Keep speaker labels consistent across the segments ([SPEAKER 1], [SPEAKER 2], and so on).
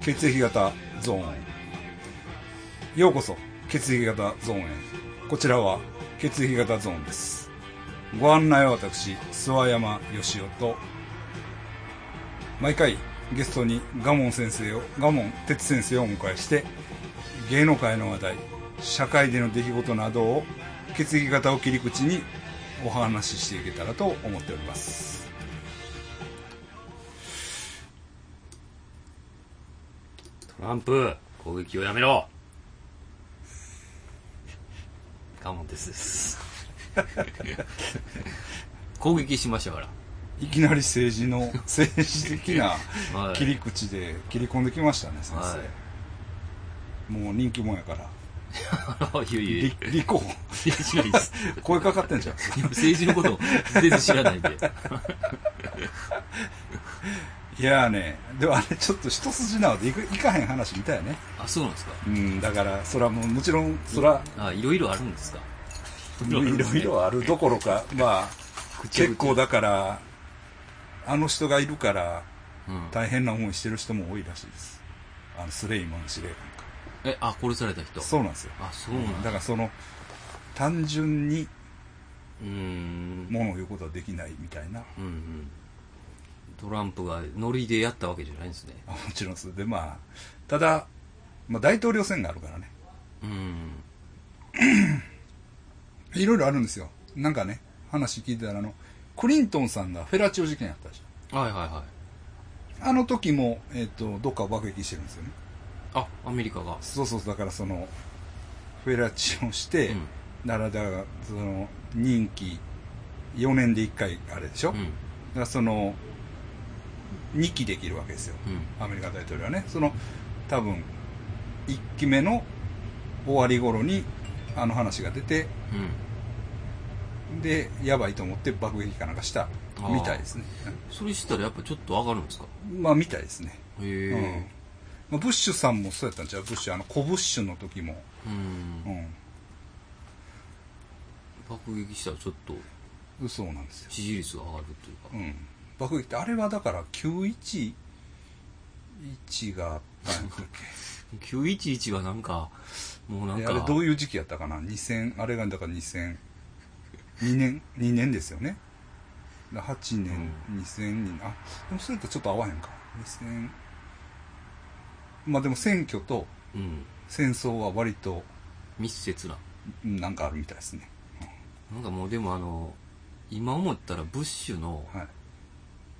[SPEAKER 1] 血液型ゾーンへようこそ血液型ゾーンへこちらは血液型ゾーンですご案内は私諏訪山義雄と毎回ゲストに賀門先生を賀門哲先生をお迎えして芸能界の話題社会での出来事などを血液型を切り口にお話ししていけたらと思っております
[SPEAKER 2] トランプ攻撃をやめろカモンです攻撃しましたから
[SPEAKER 1] いきなり政治 の政治的な
[SPEAKER 2] はい
[SPEAKER 1] 切り口で切り込んできましたね先生、
[SPEAKER 2] は
[SPEAKER 1] もう人気もんやから
[SPEAKER 2] いいやいやい
[SPEAKER 1] 立立候補
[SPEAKER 2] やしないです
[SPEAKER 1] 声かかってんじゃん
[SPEAKER 2] いや政治のこと全然知らないんで
[SPEAKER 1] いやーねでもあれちょっと一筋縄でいくいかへん話みたいやね
[SPEAKER 2] あそうなんですか
[SPEAKER 1] うんだからそらもうもちろんそら
[SPEAKER 2] あいろいろあるんですか
[SPEAKER 1] いろいろあるどころかまあ結構だからあの人がいるから
[SPEAKER 2] うん
[SPEAKER 1] 大変な思いしてる人も多いらしいですあのスレイマン司令官か
[SPEAKER 2] えあ殺された人
[SPEAKER 1] そうなんですよ
[SPEAKER 2] あそうなん
[SPEAKER 1] だ
[SPEAKER 2] だ
[SPEAKER 1] からその単純に
[SPEAKER 2] うーん
[SPEAKER 1] 物を言うことはできないみたいな
[SPEAKER 2] うんうんトランプがノリでやったわけじゃないんですね
[SPEAKER 1] あもちろんそれでまあただ、まあ、大統領選があるからね
[SPEAKER 2] うん
[SPEAKER 1] いろいろあるんですよなんかね話聞いてたらあのクリントンさんがフェラチオ事件やったでしょ
[SPEAKER 2] はいはいはい
[SPEAKER 1] あの時も、えっとどっかを爆撃してるんですよね
[SPEAKER 2] あアメリカが
[SPEAKER 1] そうそうだからそのフェラチオして、
[SPEAKER 2] うん
[SPEAKER 1] ならだからその任期4年で1回あれでしょ、
[SPEAKER 2] うん
[SPEAKER 1] だからその2期できるわけですよ
[SPEAKER 2] うん
[SPEAKER 1] アメリカ大統領はねその多分1期目の終わり頃にあの話が出て
[SPEAKER 2] うん
[SPEAKER 1] でやばいと思って爆撃かなんかした
[SPEAKER 2] あー
[SPEAKER 1] みたいですね
[SPEAKER 2] それしたらやっぱちょっと上がるんですか
[SPEAKER 1] まあみたいですね、
[SPEAKER 2] へ
[SPEAKER 1] うん
[SPEAKER 2] え
[SPEAKER 1] まあ、ブッシュさんもそうやったんちゃうブッシュあの小ブッシュの時も、
[SPEAKER 2] うん
[SPEAKER 1] うん、
[SPEAKER 2] 爆撃したらちょっと
[SPEAKER 1] 嘘なんですよ
[SPEAKER 2] 支持率が上がるというか
[SPEAKER 1] うん、爆撃ってあれはだから911があったんやったっ
[SPEAKER 2] 911はなんかもうな
[SPEAKER 1] け
[SPEAKER 2] ん
[SPEAKER 1] で
[SPEAKER 2] か
[SPEAKER 1] あれどういう時期やったかな2000あれがだから2002年2年ですよねだから8年、2002あでもそれとちょっと合わへんか2000まあでも選挙と
[SPEAKER 2] うん
[SPEAKER 1] 戦争は割と
[SPEAKER 2] 密接な
[SPEAKER 1] うんなんかあるみたいですね、
[SPEAKER 2] なんかもうでもあの今思ったらブッシュの
[SPEAKER 1] はい、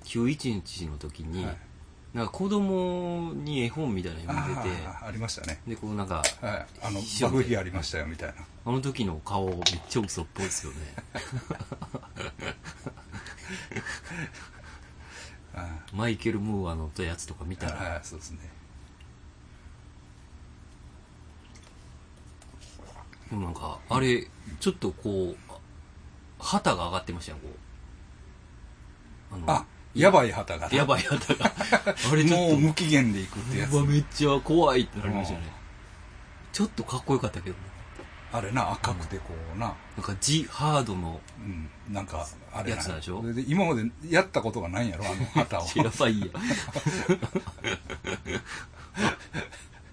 [SPEAKER 2] 911の時に、
[SPEAKER 1] はい
[SPEAKER 2] なんか子供に絵本みたいなの
[SPEAKER 1] あ
[SPEAKER 2] 読んで
[SPEAKER 1] ーありましたね
[SPEAKER 2] てでこうなんか
[SPEAKER 1] はいあの
[SPEAKER 2] 一緒で
[SPEAKER 1] 爆撃ありましたよみたいな
[SPEAKER 2] あの時の顔めっちゃ嘘っぽいですよねマイケル・ムーアのやつとか見たら、
[SPEAKER 1] はい、そうですね
[SPEAKER 2] でもなんかあれちょっとこうあ旗が上がってましたよこうあの
[SPEAKER 1] あやばい旗が
[SPEAKER 2] やばい旗が あれち
[SPEAKER 1] も
[SPEAKER 2] ょ
[SPEAKER 1] う
[SPEAKER 2] っ
[SPEAKER 1] 無期限で行くってやつ
[SPEAKER 2] とうわめっちゃ怖いってなりましたよねちょっとかっこよかったけどね
[SPEAKER 1] あれな赤くてこうな、
[SPEAKER 2] なんかジ・ハードの
[SPEAKER 1] うんなんかあれな
[SPEAKER 2] やつなんでしょ
[SPEAKER 1] れで今までやったことがないんやろあ の旗
[SPEAKER 2] や
[SPEAKER 1] を
[SPEAKER 2] ば いや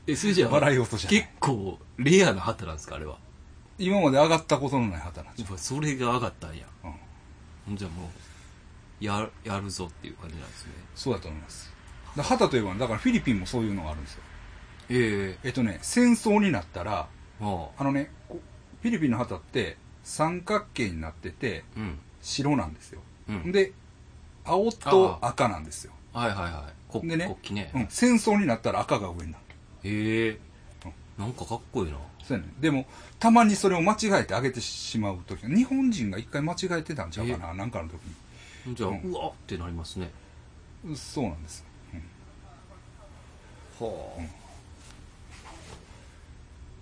[SPEAKER 2] えそれじゃあ
[SPEAKER 1] 笑い事じゃない
[SPEAKER 2] 結構レアな旗なんですかあれは
[SPEAKER 1] 今まで上がったことのない旗なんでしょ
[SPEAKER 2] うわそれが上がったんや、
[SPEAKER 1] うん
[SPEAKER 2] ほんじゃもうややるぞっていう感じなんですね
[SPEAKER 1] そうだと思いますだ旗といえばだからフィリピンもそういうのがあるんですよ
[SPEAKER 2] ええ
[SPEAKER 1] えっとね戦争になったら
[SPEAKER 2] ああ
[SPEAKER 1] あのねこフィリピンの旗って三角形になってて
[SPEAKER 2] うん
[SPEAKER 1] 白なんですよ、
[SPEAKER 2] うん
[SPEAKER 1] で青と赤なんですよ、
[SPEAKER 2] はいはいはいこ
[SPEAKER 1] でね
[SPEAKER 2] 国旗ね、
[SPEAKER 1] うん、戦争になったら赤が上になる
[SPEAKER 2] ええ
[SPEAKER 1] うん
[SPEAKER 2] なんかかっこいいな
[SPEAKER 1] そうやねでもたまにそれを間違えてあげてしまう時日本人が一回間違えてたんちゃうかななんかの時
[SPEAKER 2] ほんじゃ、う
[SPEAKER 1] うん
[SPEAKER 2] わってなりますね
[SPEAKER 1] にそうなんですよ、
[SPEAKER 2] はあ、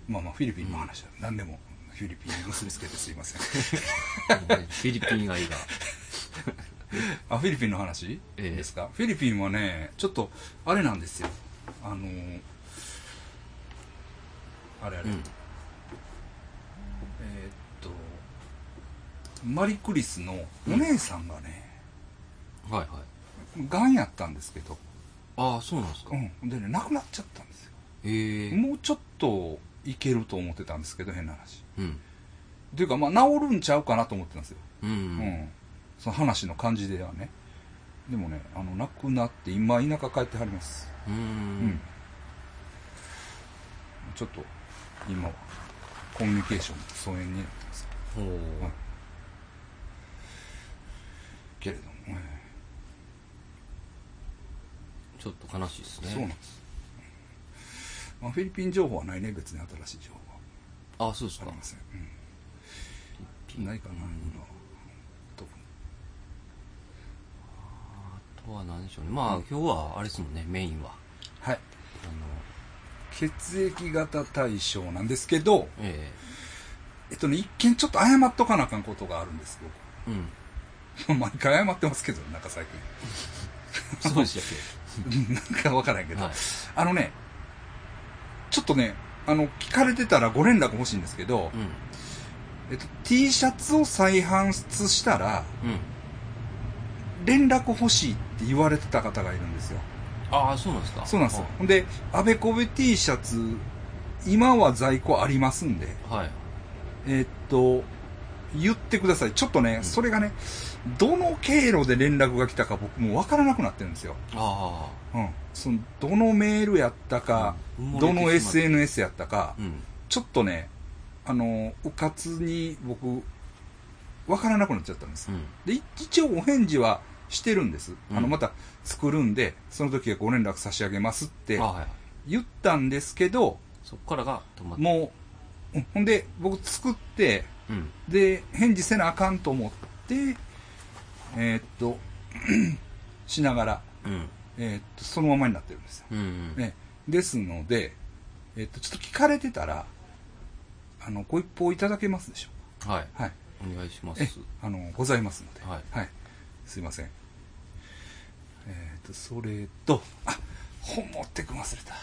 [SPEAKER 1] うんまあまあフィリピンの話は何でもフィリピンに結びつけてすいません
[SPEAKER 2] もうねフィリピン愛が
[SPEAKER 1] あフィリピンの話
[SPEAKER 2] ええ
[SPEAKER 1] ですか、フィリピンはねちょっとあれなんですよあのーあれあれ、
[SPEAKER 2] う
[SPEAKER 1] え
[SPEAKER 2] ん
[SPEAKER 1] ーっとマリクリスのお姉さんがね
[SPEAKER 2] はいはい
[SPEAKER 1] がんやったんですけど
[SPEAKER 2] あああ、そうなんですか。
[SPEAKER 1] うんでねなくなっちゃったんですよ
[SPEAKER 2] ええ
[SPEAKER 1] もうちょっといけると思ってたんですけど変な話
[SPEAKER 2] うん。
[SPEAKER 1] っていうかまあ治るんちゃうかなと思ってたんですよ、
[SPEAKER 2] う
[SPEAKER 1] うん
[SPEAKER 2] ん。
[SPEAKER 1] その話の感じではねでもねあのなくなって今田舎帰ってはります
[SPEAKER 2] う
[SPEAKER 1] うん
[SPEAKER 2] ん。
[SPEAKER 1] ちょっと今はコミュニケーションの疎遠になってます
[SPEAKER 2] ほう
[SPEAKER 1] はいけれども、え
[SPEAKER 2] ちょっと悲しいです
[SPEAKER 1] え
[SPEAKER 2] ね。
[SPEAKER 1] そうなんです、まあ、フィリピン情報はないね別に新しい情報は
[SPEAKER 2] ああ、そうです
[SPEAKER 1] あ
[SPEAKER 2] か
[SPEAKER 1] り。ません、うん、ないかな、今は特に
[SPEAKER 2] あとは何でしょうね。まあ、今日はあれですもんね、メインは。
[SPEAKER 1] はい
[SPEAKER 2] あの、
[SPEAKER 1] 血液型対象なんですけど、
[SPEAKER 2] え
[SPEAKER 1] えっとね、一見ちょっと謝っとかなあかんことがあるんですよ。
[SPEAKER 2] えうん。
[SPEAKER 1] 僕 毎回謝ってますけど、なんか最
[SPEAKER 2] そうでしたっ
[SPEAKER 1] 近。 なんかわからんけ
[SPEAKER 2] け。
[SPEAKER 1] ど、
[SPEAKER 2] はい。
[SPEAKER 1] あのね、ちょっとね、あの、聞かれてたらご連絡欲しいんですけど、
[SPEAKER 2] うん。
[SPEAKER 1] えっと、T シャツを再販出したら、
[SPEAKER 2] うん。
[SPEAKER 1] 連絡欲しいって言われてた方がいるんですよ。
[SPEAKER 2] ああ、そうなんですか。
[SPEAKER 1] そうなんですよ。ほんで、アベコベ T シャツ、今は在庫ありますんで、
[SPEAKER 2] はい。はい。
[SPEAKER 1] えーっと、言ってください。ちょっとね、
[SPEAKER 2] ん
[SPEAKER 1] それがね、どの経路で連絡が来たか僕もう分からなくなってるんですよ。
[SPEAKER 2] あ
[SPEAKER 1] うん。その、どのメールやったか、
[SPEAKER 2] うん埋もれて
[SPEAKER 1] ど
[SPEAKER 2] しま
[SPEAKER 1] の
[SPEAKER 2] う
[SPEAKER 1] SNS やったか
[SPEAKER 2] あ。、うん。
[SPEAKER 1] ちょっとね、あの、うかつに僕、分からなくなっちゃったんです
[SPEAKER 2] う。ん。
[SPEAKER 1] で、い一応お返事はしてるんです。
[SPEAKER 2] うん
[SPEAKER 1] あの、また作るんで、その時はご連絡差し上げますって
[SPEAKER 2] ああ、はい。
[SPEAKER 1] 言ったんですけど、
[SPEAKER 2] そっからが止まって。
[SPEAKER 1] もう、うんほんで、僕作って、
[SPEAKER 2] うん。
[SPEAKER 1] で、返事せなあかんと思って、えーっと、 しながら、
[SPEAKER 2] うん。
[SPEAKER 1] えーっと、そのままになってるんですよ。
[SPEAKER 2] うんうん。
[SPEAKER 1] ね、ですので、えーっと、ちょっと聞かれてたら、あの、ご一報いただけますでしょ
[SPEAKER 2] はい。
[SPEAKER 1] うか。はい。
[SPEAKER 2] お願いしま
[SPEAKER 1] え
[SPEAKER 2] す。、
[SPEAKER 1] あの、ございますので。
[SPEAKER 2] はい
[SPEAKER 1] すいません。えーっと、それと、あ、本持ってくの忘れた。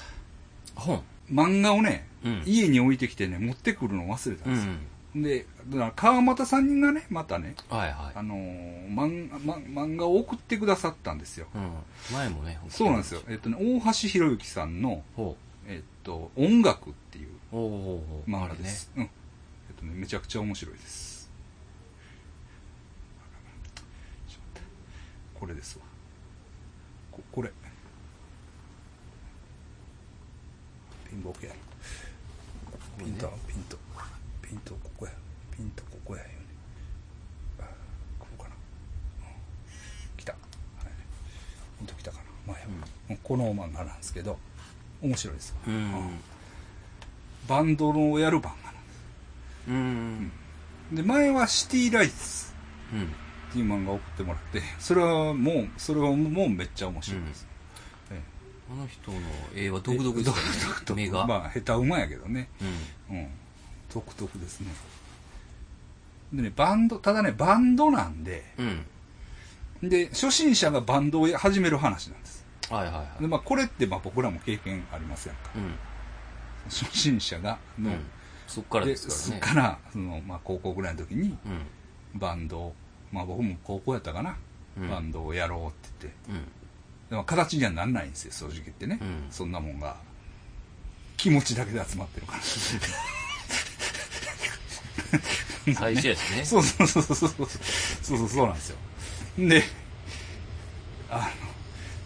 [SPEAKER 2] 本。
[SPEAKER 1] 漫画をね、
[SPEAKER 2] うん
[SPEAKER 1] 家に置いてきてね、持ってくるの忘れた
[SPEAKER 2] うん
[SPEAKER 1] ですよ。
[SPEAKER 2] ん。
[SPEAKER 1] で、だから川又さんがね、またね、
[SPEAKER 2] はいはい
[SPEAKER 1] あ。のー漫画漫漫画を送ってくださったんですよ。
[SPEAKER 2] うん。前もね、
[SPEAKER 1] そうなんですよ。。えっとね、大橋博之さんの、
[SPEAKER 2] ほ
[SPEAKER 1] えっと、音楽っていう
[SPEAKER 2] う。おおおうおう
[SPEAKER 1] 漫画です。うん。えっとね、めちゃくちゃ面白いです。ちょっと待ってこれですわ。ここれ。ピンボケや。
[SPEAKER 2] あれ
[SPEAKER 1] ピ
[SPEAKER 2] ね
[SPEAKER 1] ント、ピント。ピントここや。ピントここやよね。あここかな。うん来た。はいピント来たかな。まあ、やうんこの漫画なんですけど、面白いですわ。
[SPEAKER 2] う
[SPEAKER 1] うん
[SPEAKER 2] ん。
[SPEAKER 1] バンドのやる版がな
[SPEAKER 2] うん。
[SPEAKER 1] で前は「シティライツ
[SPEAKER 2] うん。」
[SPEAKER 1] っていう漫画を送ってもらって それはもうそれはもうめっちゃ面白いです、え
[SPEAKER 2] あの人の絵は独特です
[SPEAKER 1] え
[SPEAKER 2] からね。目が。
[SPEAKER 1] まあ下手うまやけどね
[SPEAKER 2] うん。
[SPEAKER 1] うん独特ですねでねバンドただねバンドなんで
[SPEAKER 2] うん。
[SPEAKER 1] で初心者がバンドを始める話なんです
[SPEAKER 2] はいはいはい。
[SPEAKER 1] で、まあ、これってまあ僕らも経験ありませんか
[SPEAKER 2] うん。
[SPEAKER 1] 初心者が
[SPEAKER 2] う
[SPEAKER 1] の、
[SPEAKER 2] ん。そっから
[SPEAKER 1] で
[SPEAKER 2] です
[SPEAKER 1] そ
[SPEAKER 2] か
[SPEAKER 1] っ
[SPEAKER 2] らね
[SPEAKER 1] か。らその、まあ、高校ぐらいの時に
[SPEAKER 2] うん。
[SPEAKER 1] バンドをまあ僕も高校やったかな、
[SPEAKER 2] うん
[SPEAKER 1] バンドをやろうって言って
[SPEAKER 2] うん。
[SPEAKER 1] でも形にはなんないんですよ正直言ってね、
[SPEAKER 2] うん
[SPEAKER 1] そんなもんが気持ちだけで集まってるから
[SPEAKER 2] 最初やしね。
[SPEAKER 1] そうそうそうそうそうそうそうそうなんですよであのっ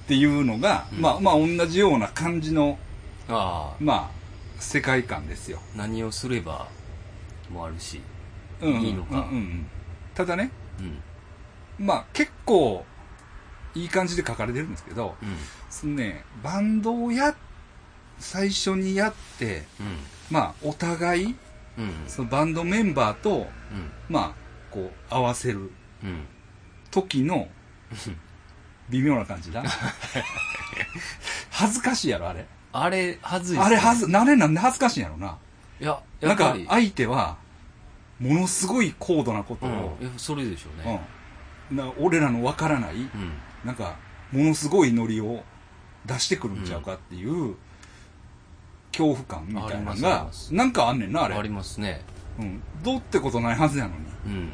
[SPEAKER 1] ていうのが、
[SPEAKER 2] うん
[SPEAKER 1] まあまあ同じような感じの
[SPEAKER 2] ああ、
[SPEAKER 1] まあ世界観ですよ、
[SPEAKER 2] 何をすればもあるし。
[SPEAKER 1] うんうん
[SPEAKER 2] いいのか
[SPEAKER 1] うんうんただね
[SPEAKER 2] うん。
[SPEAKER 1] まあ結構いい感じで書かれてるんですけど
[SPEAKER 2] うん。
[SPEAKER 1] そのねバンドをや最初にやってまあお互い
[SPEAKER 2] うん。うん。
[SPEAKER 1] そのバンドメンバーと
[SPEAKER 2] うん。
[SPEAKER 1] まあ、こう、合わせる
[SPEAKER 2] うん。
[SPEAKER 1] 時の、微妙な感じだ。 恥ずかしいやろ、あれ。
[SPEAKER 2] あれ、はずいっすね
[SPEAKER 1] あれ、はず、慣れなんで恥ずかしいんやろな。
[SPEAKER 2] いや、や
[SPEAKER 1] な
[SPEAKER 2] っ
[SPEAKER 1] ん
[SPEAKER 2] ぱ
[SPEAKER 1] か
[SPEAKER 2] り、。
[SPEAKER 1] 相手は、ものすごい高度なこと
[SPEAKER 2] う
[SPEAKER 1] を、
[SPEAKER 2] ん。いやそれでしょうね。
[SPEAKER 1] うんな俺らのわからない、
[SPEAKER 2] うん。
[SPEAKER 1] なんか、ものすごいノリを出してくるんちゃうかっていう、恐怖感みたいな
[SPEAKER 2] ありま
[SPEAKER 1] の
[SPEAKER 2] すあり
[SPEAKER 1] が
[SPEAKER 2] ま、す
[SPEAKER 1] なんかあんねんな、あれ。
[SPEAKER 2] ありますね。
[SPEAKER 1] うん。どうってことないはずやのに。
[SPEAKER 2] うん。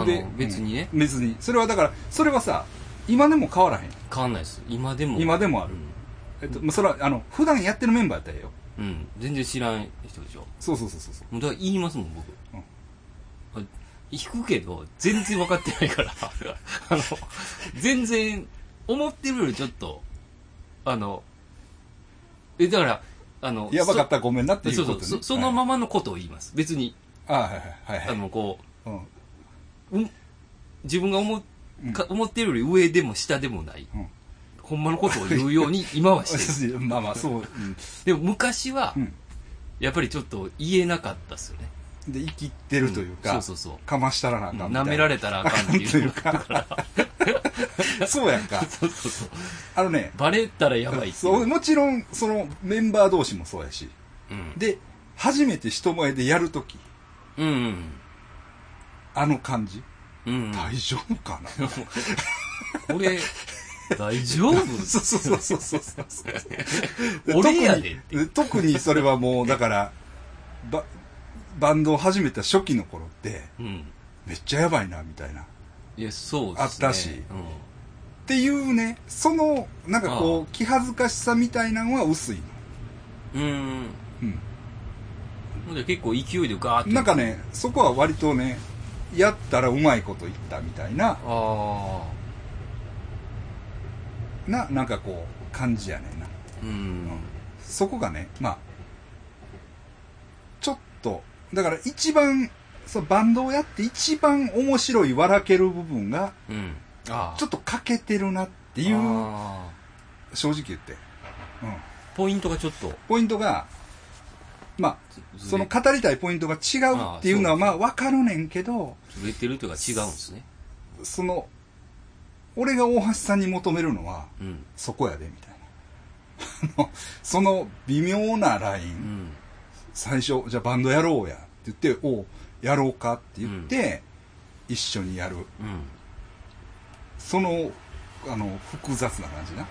[SPEAKER 2] あ
[SPEAKER 1] で
[SPEAKER 2] の、別にね、
[SPEAKER 1] うん別にそれはだからそれはさ今でも変わらへん
[SPEAKER 2] 変わんないです。今でも。
[SPEAKER 1] 今でもある
[SPEAKER 2] うん
[SPEAKER 1] えっと、まあ、それは、あの、普段やってるメンバーやったらええよ。
[SPEAKER 2] うん。全然知らん人でしょ。
[SPEAKER 1] そうそうそうそうそう。
[SPEAKER 2] もうだから言いますもん、僕。
[SPEAKER 1] うん
[SPEAKER 2] あ弾くけど、全然分かってない から。あの、全然、思ってるよりちょっと、あの、え、だから、あの、
[SPEAKER 1] やばかったらごめんなって
[SPEAKER 2] そ
[SPEAKER 1] いうこ
[SPEAKER 2] そう
[SPEAKER 1] と
[SPEAKER 2] そ
[SPEAKER 1] ね。
[SPEAKER 2] うそ、そのままのことを言います。別に、
[SPEAKER 1] はい。あはいはいはい
[SPEAKER 2] あ
[SPEAKER 1] はい。
[SPEAKER 2] の、こ
[SPEAKER 1] うん。
[SPEAKER 2] う、うん、自分が思うか思ってるより上でも下でもない。
[SPEAKER 1] うん
[SPEAKER 2] ほんまのことを言うよう に今はしてる。
[SPEAKER 1] 私まあまあ、そう。うん
[SPEAKER 2] でも昔は
[SPEAKER 1] う、ん。
[SPEAKER 2] やっぱりちょっと言えなかったっすよね。
[SPEAKER 1] で、生きてるというか、
[SPEAKER 2] うんそうそうそう
[SPEAKER 1] かましたらなあかんみたいな。
[SPEAKER 2] 舐められたらあかんっていうのがあるから。
[SPEAKER 1] そうやん か。
[SPEAKER 2] そうそうそう。
[SPEAKER 1] あのね、
[SPEAKER 2] バレたらやばいってい
[SPEAKER 1] そう
[SPEAKER 2] う。
[SPEAKER 1] もちろん、そのメンバー同士もそうやし。
[SPEAKER 2] うん。
[SPEAKER 1] で、初めて人前でやるとき、
[SPEAKER 2] うん
[SPEAKER 1] あの感じ、
[SPEAKER 2] うん。うん。
[SPEAKER 1] 大丈夫かな
[SPEAKER 2] これ、大丈 夫
[SPEAKER 1] そうそうそうそうそうそう。
[SPEAKER 2] 俺やでっ
[SPEAKER 1] 特に
[SPEAKER 2] て。
[SPEAKER 1] 特にそれはもう、だから、ババンドを始めた初期の頃って、
[SPEAKER 2] うん。
[SPEAKER 1] めっちゃやばいな、みたいな。っ
[SPEAKER 2] いや、そうですね。
[SPEAKER 1] あったし
[SPEAKER 2] うん。
[SPEAKER 1] ていうね、その、なんかこう、気恥ずかしさみたいなのは薄いの。
[SPEAKER 2] うん。
[SPEAKER 1] うん。
[SPEAKER 2] ほんで結構勢いでガーッと。
[SPEAKER 1] なんかね、そこは割とね、やったらうまいこと言ったみたいな、
[SPEAKER 2] あ
[SPEAKER 1] な、なんかこう、感じやねんな。
[SPEAKER 2] あ。うん。
[SPEAKER 1] そこがね、まあ、ちょっと、だから一番、そうバンドをやって一番面白い笑ける部分が、
[SPEAKER 2] うん。あ
[SPEAKER 1] ちょ
[SPEAKER 2] っ
[SPEAKER 1] っと欠けてるなって
[SPEAKER 2] と
[SPEAKER 1] いう、正直言って。うん。
[SPEAKER 2] ポイントがちょっと
[SPEAKER 1] ポイントが、まあ、
[SPEAKER 2] ずず
[SPEAKER 1] そ
[SPEAKER 2] れ
[SPEAKER 1] の語りたいポイントが違うっていうのは
[SPEAKER 2] あー
[SPEAKER 1] まあわかるねんけど、
[SPEAKER 2] ずれてるというか違うんですね。
[SPEAKER 1] その、俺が大橋さんに求めるのは、
[SPEAKER 2] うん。
[SPEAKER 1] そこやで、みたいな。あのその微妙なライ
[SPEAKER 2] う
[SPEAKER 1] ン、
[SPEAKER 2] ん。
[SPEAKER 1] 最初、じゃあバンドやろうや、って言って、おうやろうかって言って、一緒にやる。
[SPEAKER 2] うん。うん。
[SPEAKER 1] その、あの、複雑な感じな。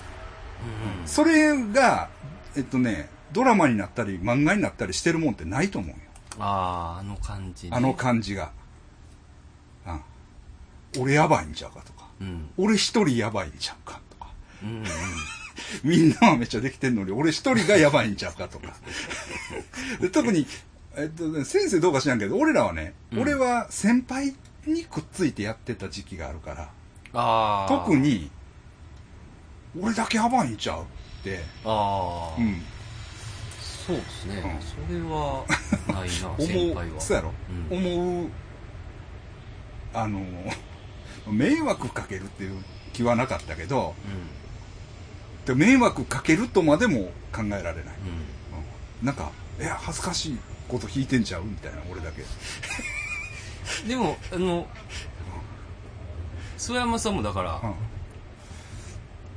[SPEAKER 1] それが、えっとね、ドラマになったり、漫画になったりしてるもんってないと思うよ。
[SPEAKER 2] ああ、あの感じね。
[SPEAKER 1] あの感じが。うん俺やばいんちゃうかとか。
[SPEAKER 2] うん。
[SPEAKER 1] 俺一人やばいんちゃうかとか。
[SPEAKER 2] うん。うん。
[SPEAKER 1] みんなはめっちゃできてんのに、俺一人がやばいんちゃうかと か。で特に、えっとね、先生どうか知らんけど、俺らはね、
[SPEAKER 2] うん
[SPEAKER 1] 俺は先輩にくっついてやってた時期があるから、
[SPEAKER 2] ああ。
[SPEAKER 1] 特。に、俺だけやばいんちゃうって、
[SPEAKER 2] ああ。
[SPEAKER 1] うん、
[SPEAKER 2] そうですね、
[SPEAKER 1] うん
[SPEAKER 2] それはないな先
[SPEAKER 1] 思
[SPEAKER 2] 輩
[SPEAKER 1] う、
[SPEAKER 2] は
[SPEAKER 1] そうやろ、
[SPEAKER 2] うん
[SPEAKER 1] 思う、あの、 迷惑かけるっていう気はなかったけど、でも迷惑かけるとまでも考えられない。
[SPEAKER 2] うん、うん、
[SPEAKER 1] うんなんか、いや、恥ずかしいこと弾いてんちゃうみたいな、俺だけ。
[SPEAKER 2] でもあの諏訪山さんもだから、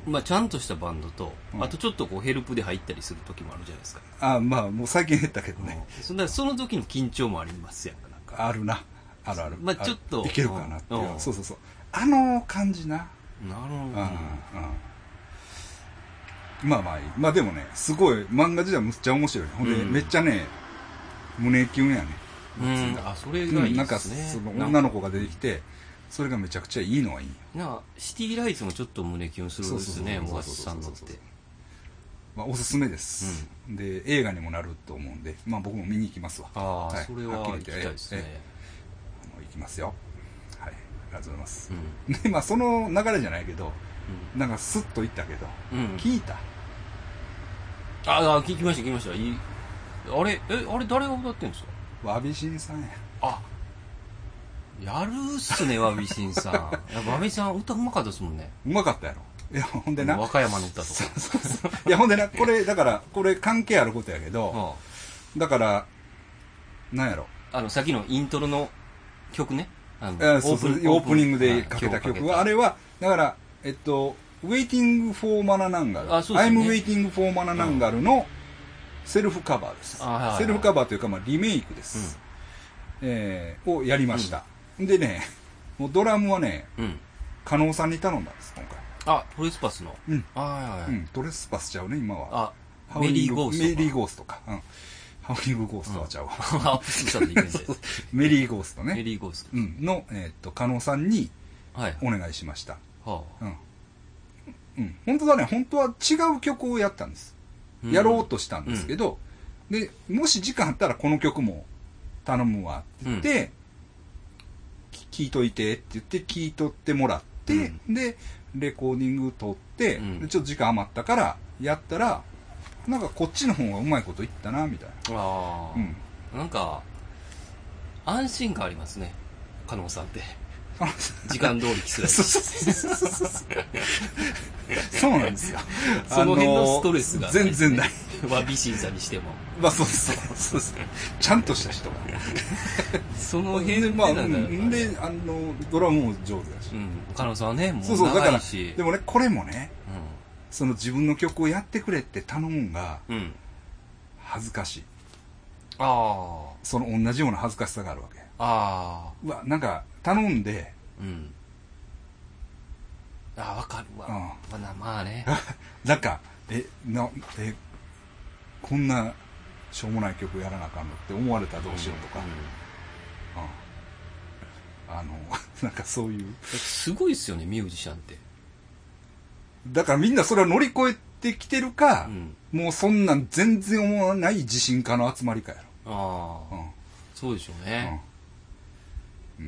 [SPEAKER 2] まあ、ちゃんとしたバンドと、
[SPEAKER 1] うん
[SPEAKER 2] あとちょっとこうヘルプで入ったりする時もあるじゃないですか、
[SPEAKER 1] あまあ、もう最近減ったけどね。
[SPEAKER 2] そんなその時の緊張もありますやんかなんか
[SPEAKER 1] あるな。あるある。
[SPEAKER 2] まあちょっと
[SPEAKER 1] るいけるかなっていうう。
[SPEAKER 2] ん
[SPEAKER 1] そうそうそう。あの感じな。
[SPEAKER 2] なる
[SPEAKER 1] うん。
[SPEAKER 2] ほど、
[SPEAKER 1] うんまあまあいい。まあでもね、すごい、漫画自体むっちゃ面白いね。ほんで、
[SPEAKER 2] うん
[SPEAKER 1] めっちゃね、胸キュンやね。
[SPEAKER 2] うんあそれがいいですね、
[SPEAKER 1] うんなんか、その女の子が出てきて、それがめちゃくちゃいいのはいいよ。
[SPEAKER 2] なんかシティライツもちょっと胸キュンするんですね
[SPEAKER 1] そう
[SPEAKER 2] 大橋
[SPEAKER 1] そうそう
[SPEAKER 2] さんのって
[SPEAKER 1] まあ、おすすめです、で映画にもなると思うんで、まあ、僕も見に行きますわ
[SPEAKER 2] ああ、
[SPEAKER 1] はい
[SPEAKER 2] それは
[SPEAKER 1] っき
[SPEAKER 2] 行
[SPEAKER 1] り
[SPEAKER 2] き
[SPEAKER 1] 言
[SPEAKER 2] た
[SPEAKER 1] っ
[SPEAKER 2] い
[SPEAKER 1] て
[SPEAKER 2] ですね
[SPEAKER 1] え、えあの行きますよはいありがとうございます
[SPEAKER 2] う、ん
[SPEAKER 1] でまあその流れじゃないけどなんかスッと行ったけど、
[SPEAKER 2] うん、うん、
[SPEAKER 1] 聞いた
[SPEAKER 2] ああ、聞きました、聞きました。いいあれ、え、あれ誰が歌ってんですか
[SPEAKER 1] わびしんさんや
[SPEAKER 2] あ、やるっすね、わびし んさん。いやわびさん、歌うまかったですもんね。
[SPEAKER 1] うまかったやろいやほんでな
[SPEAKER 2] 和歌山の歌と
[SPEAKER 1] そうそうそういやほんでなこれだからこれ関係あることやけど、
[SPEAKER 2] か。
[SPEAKER 1] だからなんやろ
[SPEAKER 2] うんあの、さっきのイントロの曲ね。あの
[SPEAKER 1] えーそうそうオープニングでかけた曲は、あれ
[SPEAKER 2] れ
[SPEAKER 1] は、だから、えっと、Waiting for Mananangal、
[SPEAKER 2] あそうですよね
[SPEAKER 1] I'm Waiting for Mananangal のセルフカバーです。
[SPEAKER 2] あはいはいはい
[SPEAKER 1] セルフカバーというか、まあ、リメイクです、えーをやりました、でね、もうドラムはね、
[SPEAKER 2] うん。
[SPEAKER 1] 加納さんに頼んだんです、今回。
[SPEAKER 2] あ、トレスパスの。
[SPEAKER 1] うん
[SPEAKER 2] あはいは
[SPEAKER 1] う
[SPEAKER 2] い。
[SPEAKER 1] ん、トレスパスちゃうね、今は。
[SPEAKER 2] あ、
[SPEAKER 1] ハウ
[SPEAKER 2] メ
[SPEAKER 1] リ
[SPEAKER 2] リ
[SPEAKER 1] ン
[SPEAKER 2] ー
[SPEAKER 1] グ
[SPEAKER 2] ゴースト。
[SPEAKER 1] メリー
[SPEAKER 2] ゴ
[SPEAKER 1] ゴーストか。うん、ハウリングゴーストはちゃうわ。
[SPEAKER 2] ー スト。アップスさんのイメージで
[SPEAKER 1] メリーゴースト
[SPEAKER 2] メ
[SPEAKER 1] ね。
[SPEAKER 2] リーゴース
[SPEAKER 1] うん、の、えっと、加納さんに
[SPEAKER 2] ト。はい。
[SPEAKER 1] お願いしました。
[SPEAKER 2] はあ
[SPEAKER 1] うん。うん、本当はね、本当は違う曲をやったんです。
[SPEAKER 2] うん
[SPEAKER 1] やろうとしたんですけど、で、もし時間あったらこの曲も頼むわって言って、聴、いといてって言って聴いとってもらって、で、レコーディング取って、
[SPEAKER 2] うん
[SPEAKER 1] でちょっと時間余ったからやったら、なんかこっちの方がうまいこといったな、み たい
[SPEAKER 2] あ
[SPEAKER 1] な。うん。
[SPEAKER 2] あ、なんか安心感ありますね加納さ んって
[SPEAKER 1] あ
[SPEAKER 2] 時間通りキスだ
[SPEAKER 1] そ
[SPEAKER 2] し
[SPEAKER 1] う そうそうそうそうなんですよ。
[SPEAKER 2] その辺のストレスが
[SPEAKER 1] あの全然ない。
[SPEAKER 2] わびしさにしても
[SPEAKER 1] まあそうそうそうそう。ちゃんとした人が。
[SPEAKER 2] その辺って
[SPEAKER 1] まあ、
[SPEAKER 2] な
[SPEAKER 1] うん
[SPEAKER 2] だろうね
[SPEAKER 1] んで、あの、ドラムも上手だし
[SPEAKER 2] う。ん加納さんはねも
[SPEAKER 1] そう
[SPEAKER 2] う
[SPEAKER 1] そう、だか
[SPEAKER 2] 長
[SPEAKER 1] ら
[SPEAKER 2] い、し
[SPEAKER 1] でもね、これもね、その自分の曲をやってくれって頼むんが
[SPEAKER 2] うん、うん、
[SPEAKER 1] 恥ずかしい。
[SPEAKER 2] あ
[SPEAKER 1] その同じような恥ずかしさがあるわけ。
[SPEAKER 2] あああ
[SPEAKER 1] うわ、なんか、頼んで、
[SPEAKER 2] うんああわかるわ、
[SPEAKER 1] うん
[SPEAKER 2] まあなまあね
[SPEAKER 1] なんか、え、な、え、こんな、しょうもない曲やらなあかんのって思われたらどうしようとか、
[SPEAKER 2] ん
[SPEAKER 1] うんあの、 なんかそういう。
[SPEAKER 2] すごいっすよねミュージシャンって
[SPEAKER 1] だからみんなそれは乗り越えてきてる
[SPEAKER 2] う
[SPEAKER 1] か、
[SPEAKER 2] ん
[SPEAKER 1] もうそんなん全然思わない自信家の集まりかや
[SPEAKER 2] ああ、
[SPEAKER 1] ろ。うん。
[SPEAKER 2] そうでしょうね
[SPEAKER 1] うん。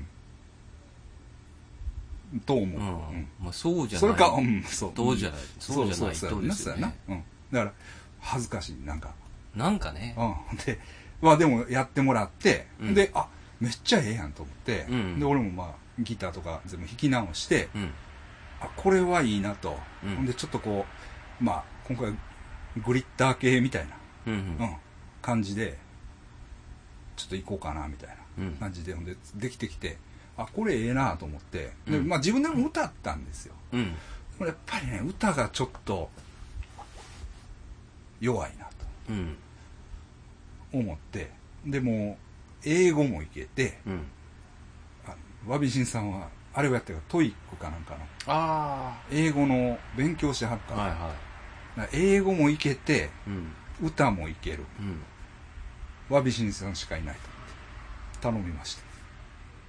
[SPEAKER 1] うん。と思
[SPEAKER 2] う
[SPEAKER 1] う。
[SPEAKER 2] ん、
[SPEAKER 1] うん
[SPEAKER 2] まあ、そうじゃな
[SPEAKER 1] そ
[SPEAKER 2] い
[SPEAKER 1] れか、うん、そう。
[SPEAKER 2] どうじゃない
[SPEAKER 1] そ
[SPEAKER 2] そううじゃ
[SPEAKER 1] そ
[SPEAKER 2] な
[SPEAKER 1] う
[SPEAKER 2] い
[SPEAKER 1] そう
[SPEAKER 2] と
[SPEAKER 1] や
[SPEAKER 2] ですよ
[SPEAKER 1] な
[SPEAKER 2] ね
[SPEAKER 1] そうやなうん。だから、恥ずかしい、なんか。
[SPEAKER 2] なんかね
[SPEAKER 1] うん。で、まあでもやってもらって、
[SPEAKER 2] うん
[SPEAKER 1] で、あ、めっちゃええやんと思って、
[SPEAKER 2] うん
[SPEAKER 1] で、俺もまあ、ギターとか全部弾き直して、
[SPEAKER 2] うん
[SPEAKER 1] あ、これはいいなと。
[SPEAKER 2] うん
[SPEAKER 1] ほんで、ちょっとこう、まあ、今回、グリッター系みたいな。
[SPEAKER 2] うんう
[SPEAKER 1] うんん、感じで、ちょっと行こうかな、みたい
[SPEAKER 2] う
[SPEAKER 1] な
[SPEAKER 2] ん
[SPEAKER 1] 感じで、ほんで、できてきて、あ、これええなと思って、で、
[SPEAKER 2] うん
[SPEAKER 1] まあ自分でも歌ったんですよ。
[SPEAKER 2] うん
[SPEAKER 1] でもやっぱりね、歌がちょっと、弱いなと
[SPEAKER 2] うん
[SPEAKER 1] 思って、でもう、英語もいけて、
[SPEAKER 2] うん
[SPEAKER 1] あの、わびしんさんは、あれをやってるから、トイックかなんかの、
[SPEAKER 2] あ
[SPEAKER 1] 英語の勉強しはった
[SPEAKER 2] あ
[SPEAKER 1] から、
[SPEAKER 2] はいは
[SPEAKER 1] だから英語もいけて、
[SPEAKER 2] いうん
[SPEAKER 1] 歌もいける。
[SPEAKER 2] うん
[SPEAKER 1] わびしんさんしかいないと思って頼みまし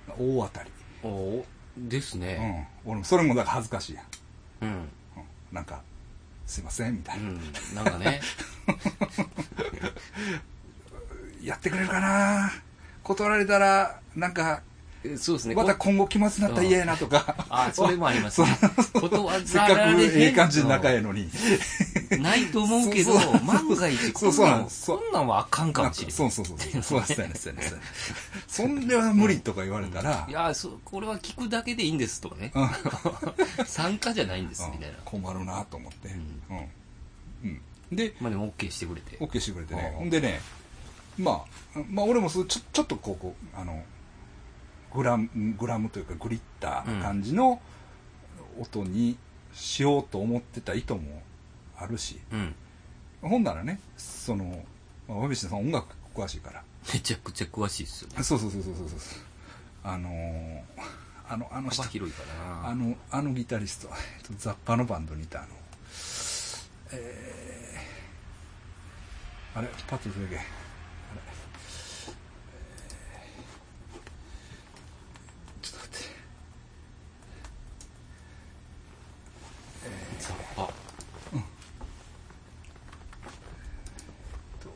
[SPEAKER 1] た大当たり、
[SPEAKER 2] おおですね
[SPEAKER 1] うん俺もそれもだから恥ずかしいやん、
[SPEAKER 2] うん
[SPEAKER 1] うん、なんかすいませんみた
[SPEAKER 2] う
[SPEAKER 1] いな、
[SPEAKER 2] ん、なんか ね
[SPEAKER 1] やってくれるかな断られたらなんか
[SPEAKER 2] えそうですね
[SPEAKER 1] また
[SPEAKER 2] こ
[SPEAKER 1] 今後気まずなったら嫌やなとか、
[SPEAKER 2] あそれもあ りますね断
[SPEAKER 1] せっ
[SPEAKER 2] ら
[SPEAKER 1] かく
[SPEAKER 2] れへんの
[SPEAKER 1] ええ感じの仲やのに
[SPEAKER 2] ないと思うけど
[SPEAKER 1] そうそう
[SPEAKER 2] 万が一こ
[SPEAKER 1] そうんそう
[SPEAKER 2] な
[SPEAKER 1] なん
[SPEAKER 2] ん
[SPEAKER 1] ですそう
[SPEAKER 2] こんなんはあかんか
[SPEAKER 1] なんか
[SPEAKER 2] もしれん
[SPEAKER 1] そうそうそう そうそうそうやねそうやねそうやねそんでは無理とか言われたら、
[SPEAKER 2] いやそうこれは聞くだけでいいんですとかね 参加じゃないんですみたいな
[SPEAKER 1] うん、困るなと思って、
[SPEAKER 2] う
[SPEAKER 1] うんうん、で
[SPEAKER 2] まあでも OK してくれて
[SPEAKER 1] OK してくれて
[SPEAKER 2] う
[SPEAKER 1] ね
[SPEAKER 2] ん。
[SPEAKER 1] ほんでね、まあ、まあ俺もそうちょちょっとこうこう、あの、グラム、グラムというかグリッターな感じの音にしようと思ってた意図もあるし、
[SPEAKER 2] うん
[SPEAKER 1] ほんならね、その、まあ、わびしさん音楽詳しいから、
[SPEAKER 2] めちゃくちゃ詳しいっすよね
[SPEAKER 1] そうそうそうそうそうそう、あのーあの、あの人
[SPEAKER 2] 幅、広いからな
[SPEAKER 1] あの、あのギタリスト、えっと雑把のバンドにいたあの、えー、あれ、パッと出てけ。あれ、えー、ちょっと待って。
[SPEAKER 2] 雑把
[SPEAKER 1] えっと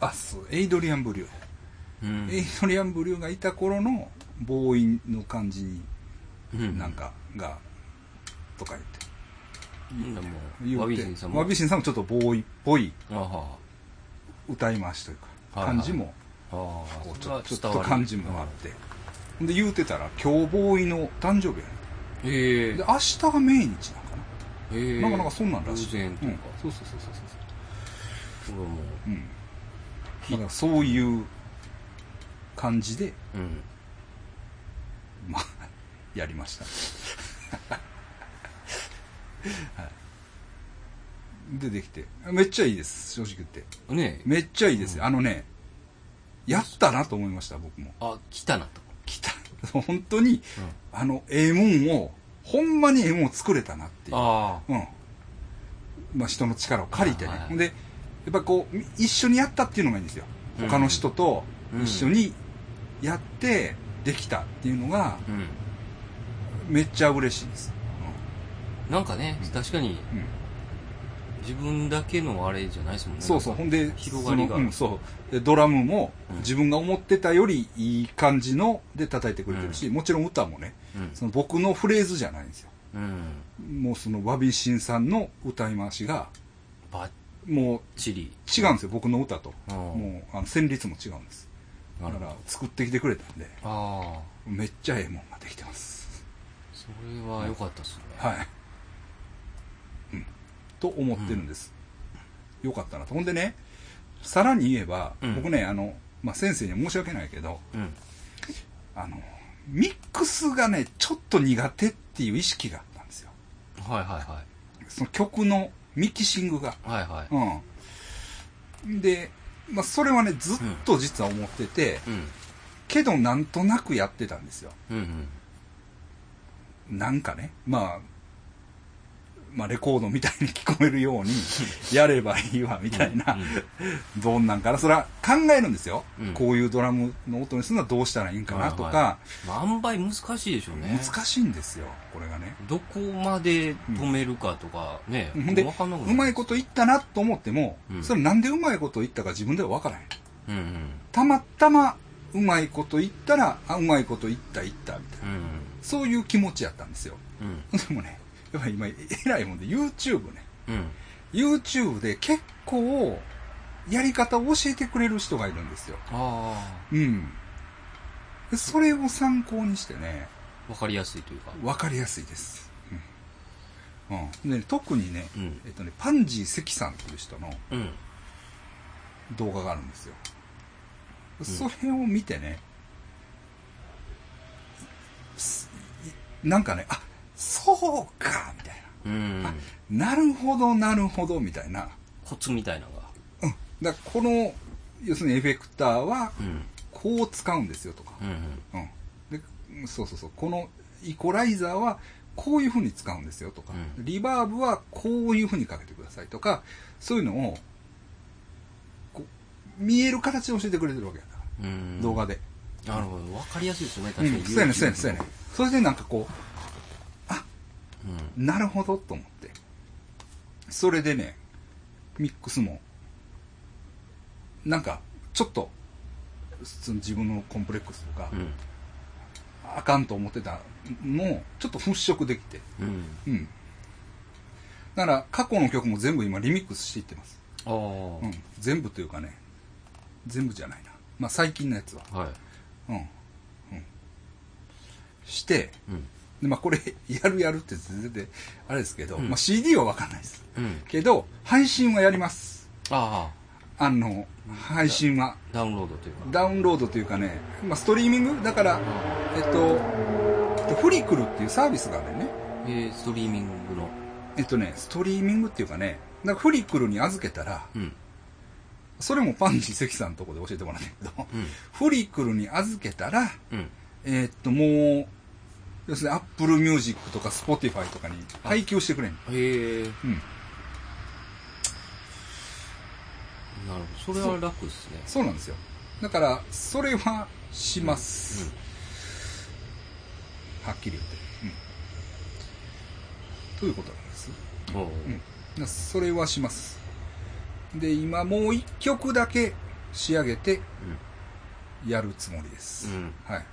[SPEAKER 1] あ、そう、エイドリアン・ブリュー。
[SPEAKER 2] うん
[SPEAKER 1] エイドリアン・ブリューがいた頃のボーイの感じに
[SPEAKER 2] うん
[SPEAKER 1] なんかが、とか言って。
[SPEAKER 2] うんでも
[SPEAKER 1] 言うて
[SPEAKER 2] ワビシンさんも
[SPEAKER 1] ワビシンさんもちょっとボーイっぽい
[SPEAKER 2] あは
[SPEAKER 1] 歌い回しというか、
[SPEAKER 2] はいはい
[SPEAKER 1] 感じも、
[SPEAKER 2] あああ
[SPEAKER 1] こうち
[SPEAKER 2] そ
[SPEAKER 1] ょ
[SPEAKER 2] れは
[SPEAKER 1] ちょっ
[SPEAKER 2] 伝わ
[SPEAKER 1] と
[SPEAKER 2] る
[SPEAKER 1] 感じもあって。で、言うてたら、今日ボーイの誕生日やね
[SPEAKER 2] へえ
[SPEAKER 1] で、明日が命日なんか
[SPEAKER 2] へ
[SPEAKER 1] な。
[SPEAKER 2] え
[SPEAKER 1] なんかなんかそんなんらしい。
[SPEAKER 2] 偶然と
[SPEAKER 1] う
[SPEAKER 2] い
[SPEAKER 1] ん
[SPEAKER 2] うか、
[SPEAKER 1] そうそうそうそうそう。
[SPEAKER 2] それはも
[SPEAKER 1] うん。だからそういう感じで、
[SPEAKER 2] ううん
[SPEAKER 1] まあ、やりました。出てきてめっちゃいいです正直言って
[SPEAKER 2] ねえ
[SPEAKER 1] めっちゃいいですよあのねやったなと思いました僕も
[SPEAKER 2] あ来たなと、
[SPEAKER 1] 来た 本当にあのええもんをほんまにええもんを作れたなっていう
[SPEAKER 2] あ
[SPEAKER 1] うんまあ、人の力を借りてね、
[SPEAKER 2] はいはい
[SPEAKER 1] ほんでやっぱこうみ一緒にやったっていうのがいいんですよ
[SPEAKER 2] うん
[SPEAKER 1] 他の人と
[SPEAKER 2] うん
[SPEAKER 1] 一緒にやってできたっていうのが
[SPEAKER 2] あうん
[SPEAKER 1] めっちゃ嬉しいです、
[SPEAKER 2] なんかね、
[SPEAKER 1] うん
[SPEAKER 2] 確かに
[SPEAKER 1] うんうん
[SPEAKER 2] 自分だけのあれじゃないですもんね
[SPEAKER 1] そうそうほんで
[SPEAKER 2] 広がりが
[SPEAKER 1] そのうん、そうでドラムも
[SPEAKER 2] うん
[SPEAKER 1] 自分が思ってたよりいい感じので叩いてくれてるし、もちろん歌もね
[SPEAKER 2] うん
[SPEAKER 1] その僕のフレーズじゃないんですよ
[SPEAKER 2] うん
[SPEAKER 1] もうそのわびしんさんの歌い回しが
[SPEAKER 2] バッ
[SPEAKER 1] もう
[SPEAKER 2] チリ
[SPEAKER 1] 違うんですよ僕の歌と、
[SPEAKER 2] うん
[SPEAKER 1] もうあの旋律も違うんです
[SPEAKER 2] な
[SPEAKER 1] だ
[SPEAKER 2] る
[SPEAKER 1] か
[SPEAKER 2] ほ
[SPEAKER 1] ら
[SPEAKER 2] ど
[SPEAKER 1] 作ってきてくれたんで
[SPEAKER 2] ああ
[SPEAKER 1] めっちゃええもんができてます
[SPEAKER 2] それは良かったですね、
[SPEAKER 1] はい、うん、と思ってるんです、よかったなとほんでねさらに言えば、
[SPEAKER 2] うん
[SPEAKER 1] 僕ねあの、まあ、先生には申し訳ないけど
[SPEAKER 2] うん
[SPEAKER 1] あのミックスがねちょっと苦手っていう意識があったんですよ
[SPEAKER 2] はいはいはい
[SPEAKER 1] その曲のミキシングが
[SPEAKER 2] はいは
[SPEAKER 1] う
[SPEAKER 2] い
[SPEAKER 1] んで、まあ、それはねずっと実は思ってて、
[SPEAKER 2] うん
[SPEAKER 1] けどなんとなくやってたんですよ
[SPEAKER 2] うんうん
[SPEAKER 1] なんかね、まあ、まあレコードみたいに聞こえるよう にやればいいわみたいな、どんなんかな、それは考えるんですよ、
[SPEAKER 2] うん
[SPEAKER 1] こういうドラムの音にするのはどうしたらいいんかなと
[SPEAKER 2] はいは
[SPEAKER 1] か、
[SPEAKER 2] まあ塩梅難しいでしょうね
[SPEAKER 1] 難しいんですよ、これがね。
[SPEAKER 2] どこまで止めるかとかね、
[SPEAKER 1] ほんで、
[SPEAKER 2] 分かんなくな
[SPEAKER 1] うまいこと言ったなと思っても、
[SPEAKER 2] うん
[SPEAKER 1] それなんでうまいこと言ったか自分では分からへん。
[SPEAKER 2] うんうん
[SPEAKER 1] たまたまうまいこと言ったら、あ、うまいこと言った言ったみたいな、
[SPEAKER 2] うん
[SPEAKER 1] そういう気持ちやったんですよ。
[SPEAKER 2] うん
[SPEAKER 1] でもね、やっぱり今、偉いもんで YouTube ね。
[SPEAKER 2] うん
[SPEAKER 1] YouTube で結構やり方を教えてくれる人がいるんですよ。
[SPEAKER 2] あ
[SPEAKER 1] うん。でそれを参考にしてね、
[SPEAKER 2] あ分かりやすいというか
[SPEAKER 1] わかりやすいです。うん。うん、でね特にね、
[SPEAKER 2] うん
[SPEAKER 1] えっとね、パンジー関さんという人の
[SPEAKER 2] うん
[SPEAKER 1] 動画があるんですよ。それを見てね、すなんかね、あ、そうかみたい
[SPEAKER 2] うん
[SPEAKER 1] な。なるほど、なるほど、みたいな。
[SPEAKER 2] コツみたいなのが
[SPEAKER 1] うん、だからこの要するにエフェクターは
[SPEAKER 2] うん
[SPEAKER 1] こう使うんですよとか、
[SPEAKER 2] うん
[SPEAKER 1] うんでそうそうそうこのイコライザーはこういうふうに使うんですよとか、
[SPEAKER 2] うん
[SPEAKER 1] リバーブはこういうふうにかけてくださいとかそういうのをこう見える形で教えてくれてるわけやから、
[SPEAKER 2] うんうん
[SPEAKER 1] 動画で、
[SPEAKER 2] なるほど分かりやすいですね確
[SPEAKER 1] う
[SPEAKER 2] か
[SPEAKER 1] ん
[SPEAKER 2] に、
[SPEAKER 1] そうやねそうやねそうやねそれでなんかこう
[SPEAKER 2] うん
[SPEAKER 1] なるほどと思ってそれでねミックスもなんかちょっとその自分のコンプレックスとか、
[SPEAKER 2] うん
[SPEAKER 1] あかんと思ってたのをちょっと払拭できて
[SPEAKER 2] うん
[SPEAKER 1] うんだから過去の曲も全部今リミックスしていってます、
[SPEAKER 2] ああ
[SPEAKER 1] うん、全部というかね全部じゃないなまあ最近のやつは
[SPEAKER 2] はい
[SPEAKER 1] うんうんして
[SPEAKER 2] うん
[SPEAKER 1] でまあこれやるやるって全然あれですけど、
[SPEAKER 2] うん
[SPEAKER 1] まあ、CD は分かんないです
[SPEAKER 2] うん
[SPEAKER 1] けど配信はやります
[SPEAKER 2] ああ
[SPEAKER 1] あの配信は
[SPEAKER 2] ダウンロードというか
[SPEAKER 1] ダウンロードというかね、まあ、ストリーミングだからえっとえっとフリクルっていうサービスがあるよね
[SPEAKER 2] えーストリーミングの
[SPEAKER 1] えっとねストリーミングっていうかねだからフリクルに預けたら
[SPEAKER 2] うん
[SPEAKER 1] それもパンジー関さんのとこで教えてもらったけど、
[SPEAKER 2] うん
[SPEAKER 1] フリクルに預けたら
[SPEAKER 2] うん
[SPEAKER 1] えっともう要するにアップルミュージックとかスポティファイとかに配給してくれんの
[SPEAKER 2] へえー、
[SPEAKER 1] うん
[SPEAKER 2] なるほどそれは楽ですね
[SPEAKER 1] そうなんですよだからそれはします、はっきり言って、うん、ということなんです、
[SPEAKER 2] うんおう
[SPEAKER 1] うん、だからそれはしますで今もう一曲だけ仕上げてやるつもりです、
[SPEAKER 2] うん
[SPEAKER 1] はい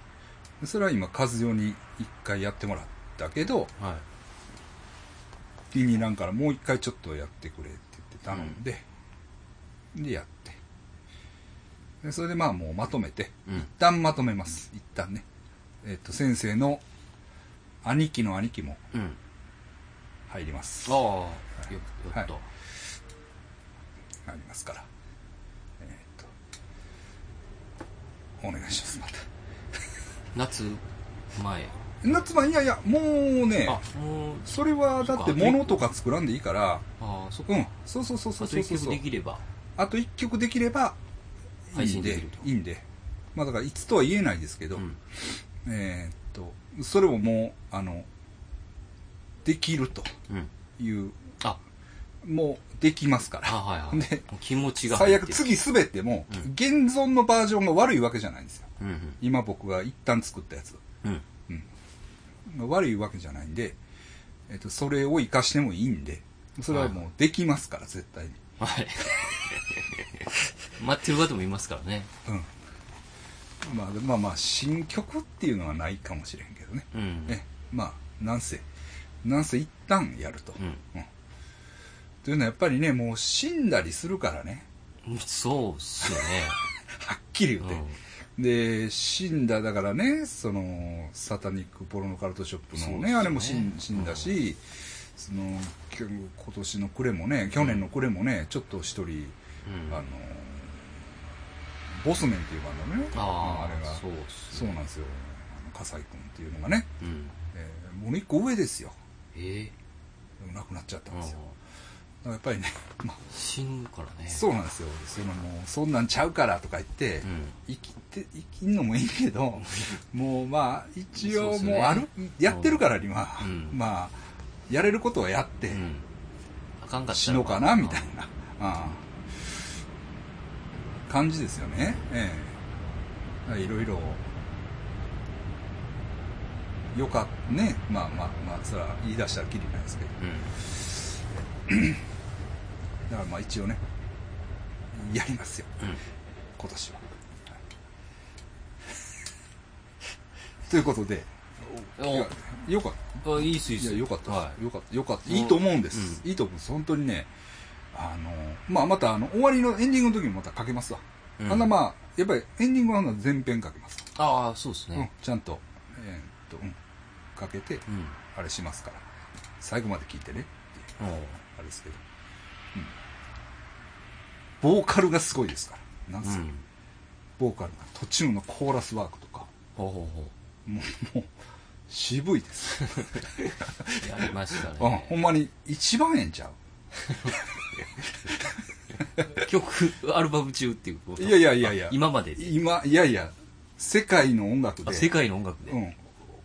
[SPEAKER 1] でそれは今和代に一回やってもらったけど
[SPEAKER 2] はい
[SPEAKER 1] 気に入らんからもう一回ちょっとやってくれって言って頼んで、でやってでそれでまあもうまとめて
[SPEAKER 2] うん
[SPEAKER 1] 一旦まとめます一旦ねえっ、と先生の兄貴の兄貴も
[SPEAKER 2] うん
[SPEAKER 1] 入ります
[SPEAKER 2] ああよ
[SPEAKER 1] はい
[SPEAKER 2] やった、
[SPEAKER 1] ありますからえっ、とお願いしますまた
[SPEAKER 2] 夏前
[SPEAKER 1] 夏場いやいやもうね
[SPEAKER 2] あもう
[SPEAKER 1] それはだって
[SPEAKER 2] そっか
[SPEAKER 1] 物とか作らんでいいから
[SPEAKER 2] ああそっか、
[SPEAKER 1] うんそうそうそうそ
[SPEAKER 2] あ
[SPEAKER 1] う
[SPEAKER 2] と
[SPEAKER 1] そう
[SPEAKER 2] 一
[SPEAKER 1] そう
[SPEAKER 2] 曲できれば
[SPEAKER 1] あと1曲できればい
[SPEAKER 2] 配
[SPEAKER 1] いん
[SPEAKER 2] 信で
[SPEAKER 1] で
[SPEAKER 2] きると
[SPEAKER 1] いいんでまあだからいつとは言えないですけど、
[SPEAKER 2] うん
[SPEAKER 1] えーっとそれももうあのできると
[SPEAKER 2] うん
[SPEAKER 1] いう
[SPEAKER 2] あ
[SPEAKER 1] もうできますか
[SPEAKER 2] あ
[SPEAKER 1] ら
[SPEAKER 2] はいはい
[SPEAKER 1] で
[SPEAKER 2] もう気持ちが入
[SPEAKER 1] 最
[SPEAKER 2] っ
[SPEAKER 1] 悪
[SPEAKER 2] てる
[SPEAKER 1] 次滑っても、
[SPEAKER 2] うん
[SPEAKER 1] 現存のバージョンが悪いわけじゃないんですよ
[SPEAKER 2] うん
[SPEAKER 1] 今僕が一旦作ったやつ
[SPEAKER 2] うんうん
[SPEAKER 1] 悪いわけじゃないんで、えっと、それを活かしてもいいんでそれはもうできますから絶対に、
[SPEAKER 2] はい待ってる方もいますからね
[SPEAKER 1] うんまあ、まあまあ新曲っていうのはないかもしれんけどね
[SPEAKER 2] うん
[SPEAKER 1] ねまあなんせなんせ一旦やると、
[SPEAKER 2] うん
[SPEAKER 1] というのはやっぱりねもう死んだりするからね
[SPEAKER 2] うんそうっす よ
[SPEAKER 1] はっきり言って
[SPEAKER 2] ね、、
[SPEAKER 1] で死んだだからねそのサタニックポロノカルトショップの
[SPEAKER 2] そう
[SPEAKER 1] ね
[SPEAKER 2] ですよね
[SPEAKER 1] あれも死ん死んだし、そのきょ今年の暮れもね去年の暮れもね、ちょっと一人、
[SPEAKER 2] うんうん、
[SPEAKER 1] あ
[SPEAKER 2] あ
[SPEAKER 1] のボスメンっていうバンドのね
[SPEAKER 2] あ
[SPEAKER 1] あれが
[SPEAKER 2] そうっ
[SPEAKER 1] そ
[SPEAKER 2] す
[SPEAKER 1] う
[SPEAKER 2] ね
[SPEAKER 1] なんですよあの葛西君っていうのがね、
[SPEAKER 2] うん
[SPEAKER 1] えー、もう一個上ですよ
[SPEAKER 2] え
[SPEAKER 1] でも亡くなっちゃった
[SPEAKER 2] え
[SPEAKER 1] ん
[SPEAKER 2] うん
[SPEAKER 1] ですよ、だからやっ ぱりね、まあ、
[SPEAKER 2] 死ぬからね
[SPEAKER 1] そうなんですよそのもうそんなんちゃうからとか言って、
[SPEAKER 2] うん
[SPEAKER 1] 生きて生きんのもいいけ どもうまあ一
[SPEAKER 2] そう
[SPEAKER 1] 応
[SPEAKER 2] です
[SPEAKER 1] も
[SPEAKER 2] ね
[SPEAKER 1] うあるやってるから今、
[SPEAKER 2] うん
[SPEAKER 1] まあやれることはやって、
[SPEAKER 2] うんあかんかったら
[SPEAKER 1] 死のうかなみたいな、ああ感じですよねええだからいろいろよかったねまあまあまあそれは言い出したらきりないですけど
[SPEAKER 2] うん
[SPEAKER 1] だからまあ一応ねやりますよ
[SPEAKER 2] うん
[SPEAKER 1] 今年は。はいということで、
[SPEAKER 2] お
[SPEAKER 1] いやよかっ。
[SPEAKER 2] あいいっすいいったす
[SPEAKER 1] いや、よかったです、
[SPEAKER 2] はい
[SPEAKER 1] よかった。よかった。
[SPEAKER 2] うん
[SPEAKER 1] いいと思うんです。いいと思うんです。本当にね、あの、まあ、また、あの、終わりのエンディングの時にまたかけますわ。
[SPEAKER 2] うん
[SPEAKER 1] あんな、まあ、やっぱりエンディングはあんな全編かけます。
[SPEAKER 2] ああそうです
[SPEAKER 1] うん
[SPEAKER 2] ね、
[SPEAKER 1] ちゃんと、えーっと、うん、かけて、
[SPEAKER 2] うん、
[SPEAKER 1] あれしますから。最後まで聞いてねっていう、
[SPEAKER 2] おう
[SPEAKER 1] あれですけど。うん。ボーカルがすごいですから。なん
[SPEAKER 2] う
[SPEAKER 1] せ、
[SPEAKER 2] ん、
[SPEAKER 1] ボーカルが途中のコーラスワークとか。
[SPEAKER 2] ほうほうほ
[SPEAKER 1] も う、もう、渋いです。
[SPEAKER 2] うやりました
[SPEAKER 1] うん、ほ
[SPEAKER 2] ね
[SPEAKER 1] んまに一番ええんちゃう
[SPEAKER 2] 曲アルバム中っていうこと
[SPEAKER 1] いやいやいやいや
[SPEAKER 2] あ今までで
[SPEAKER 1] 今、いやいや、世界の音楽
[SPEAKER 2] あ
[SPEAKER 1] で、
[SPEAKER 2] 世界の音楽で、
[SPEAKER 1] うん、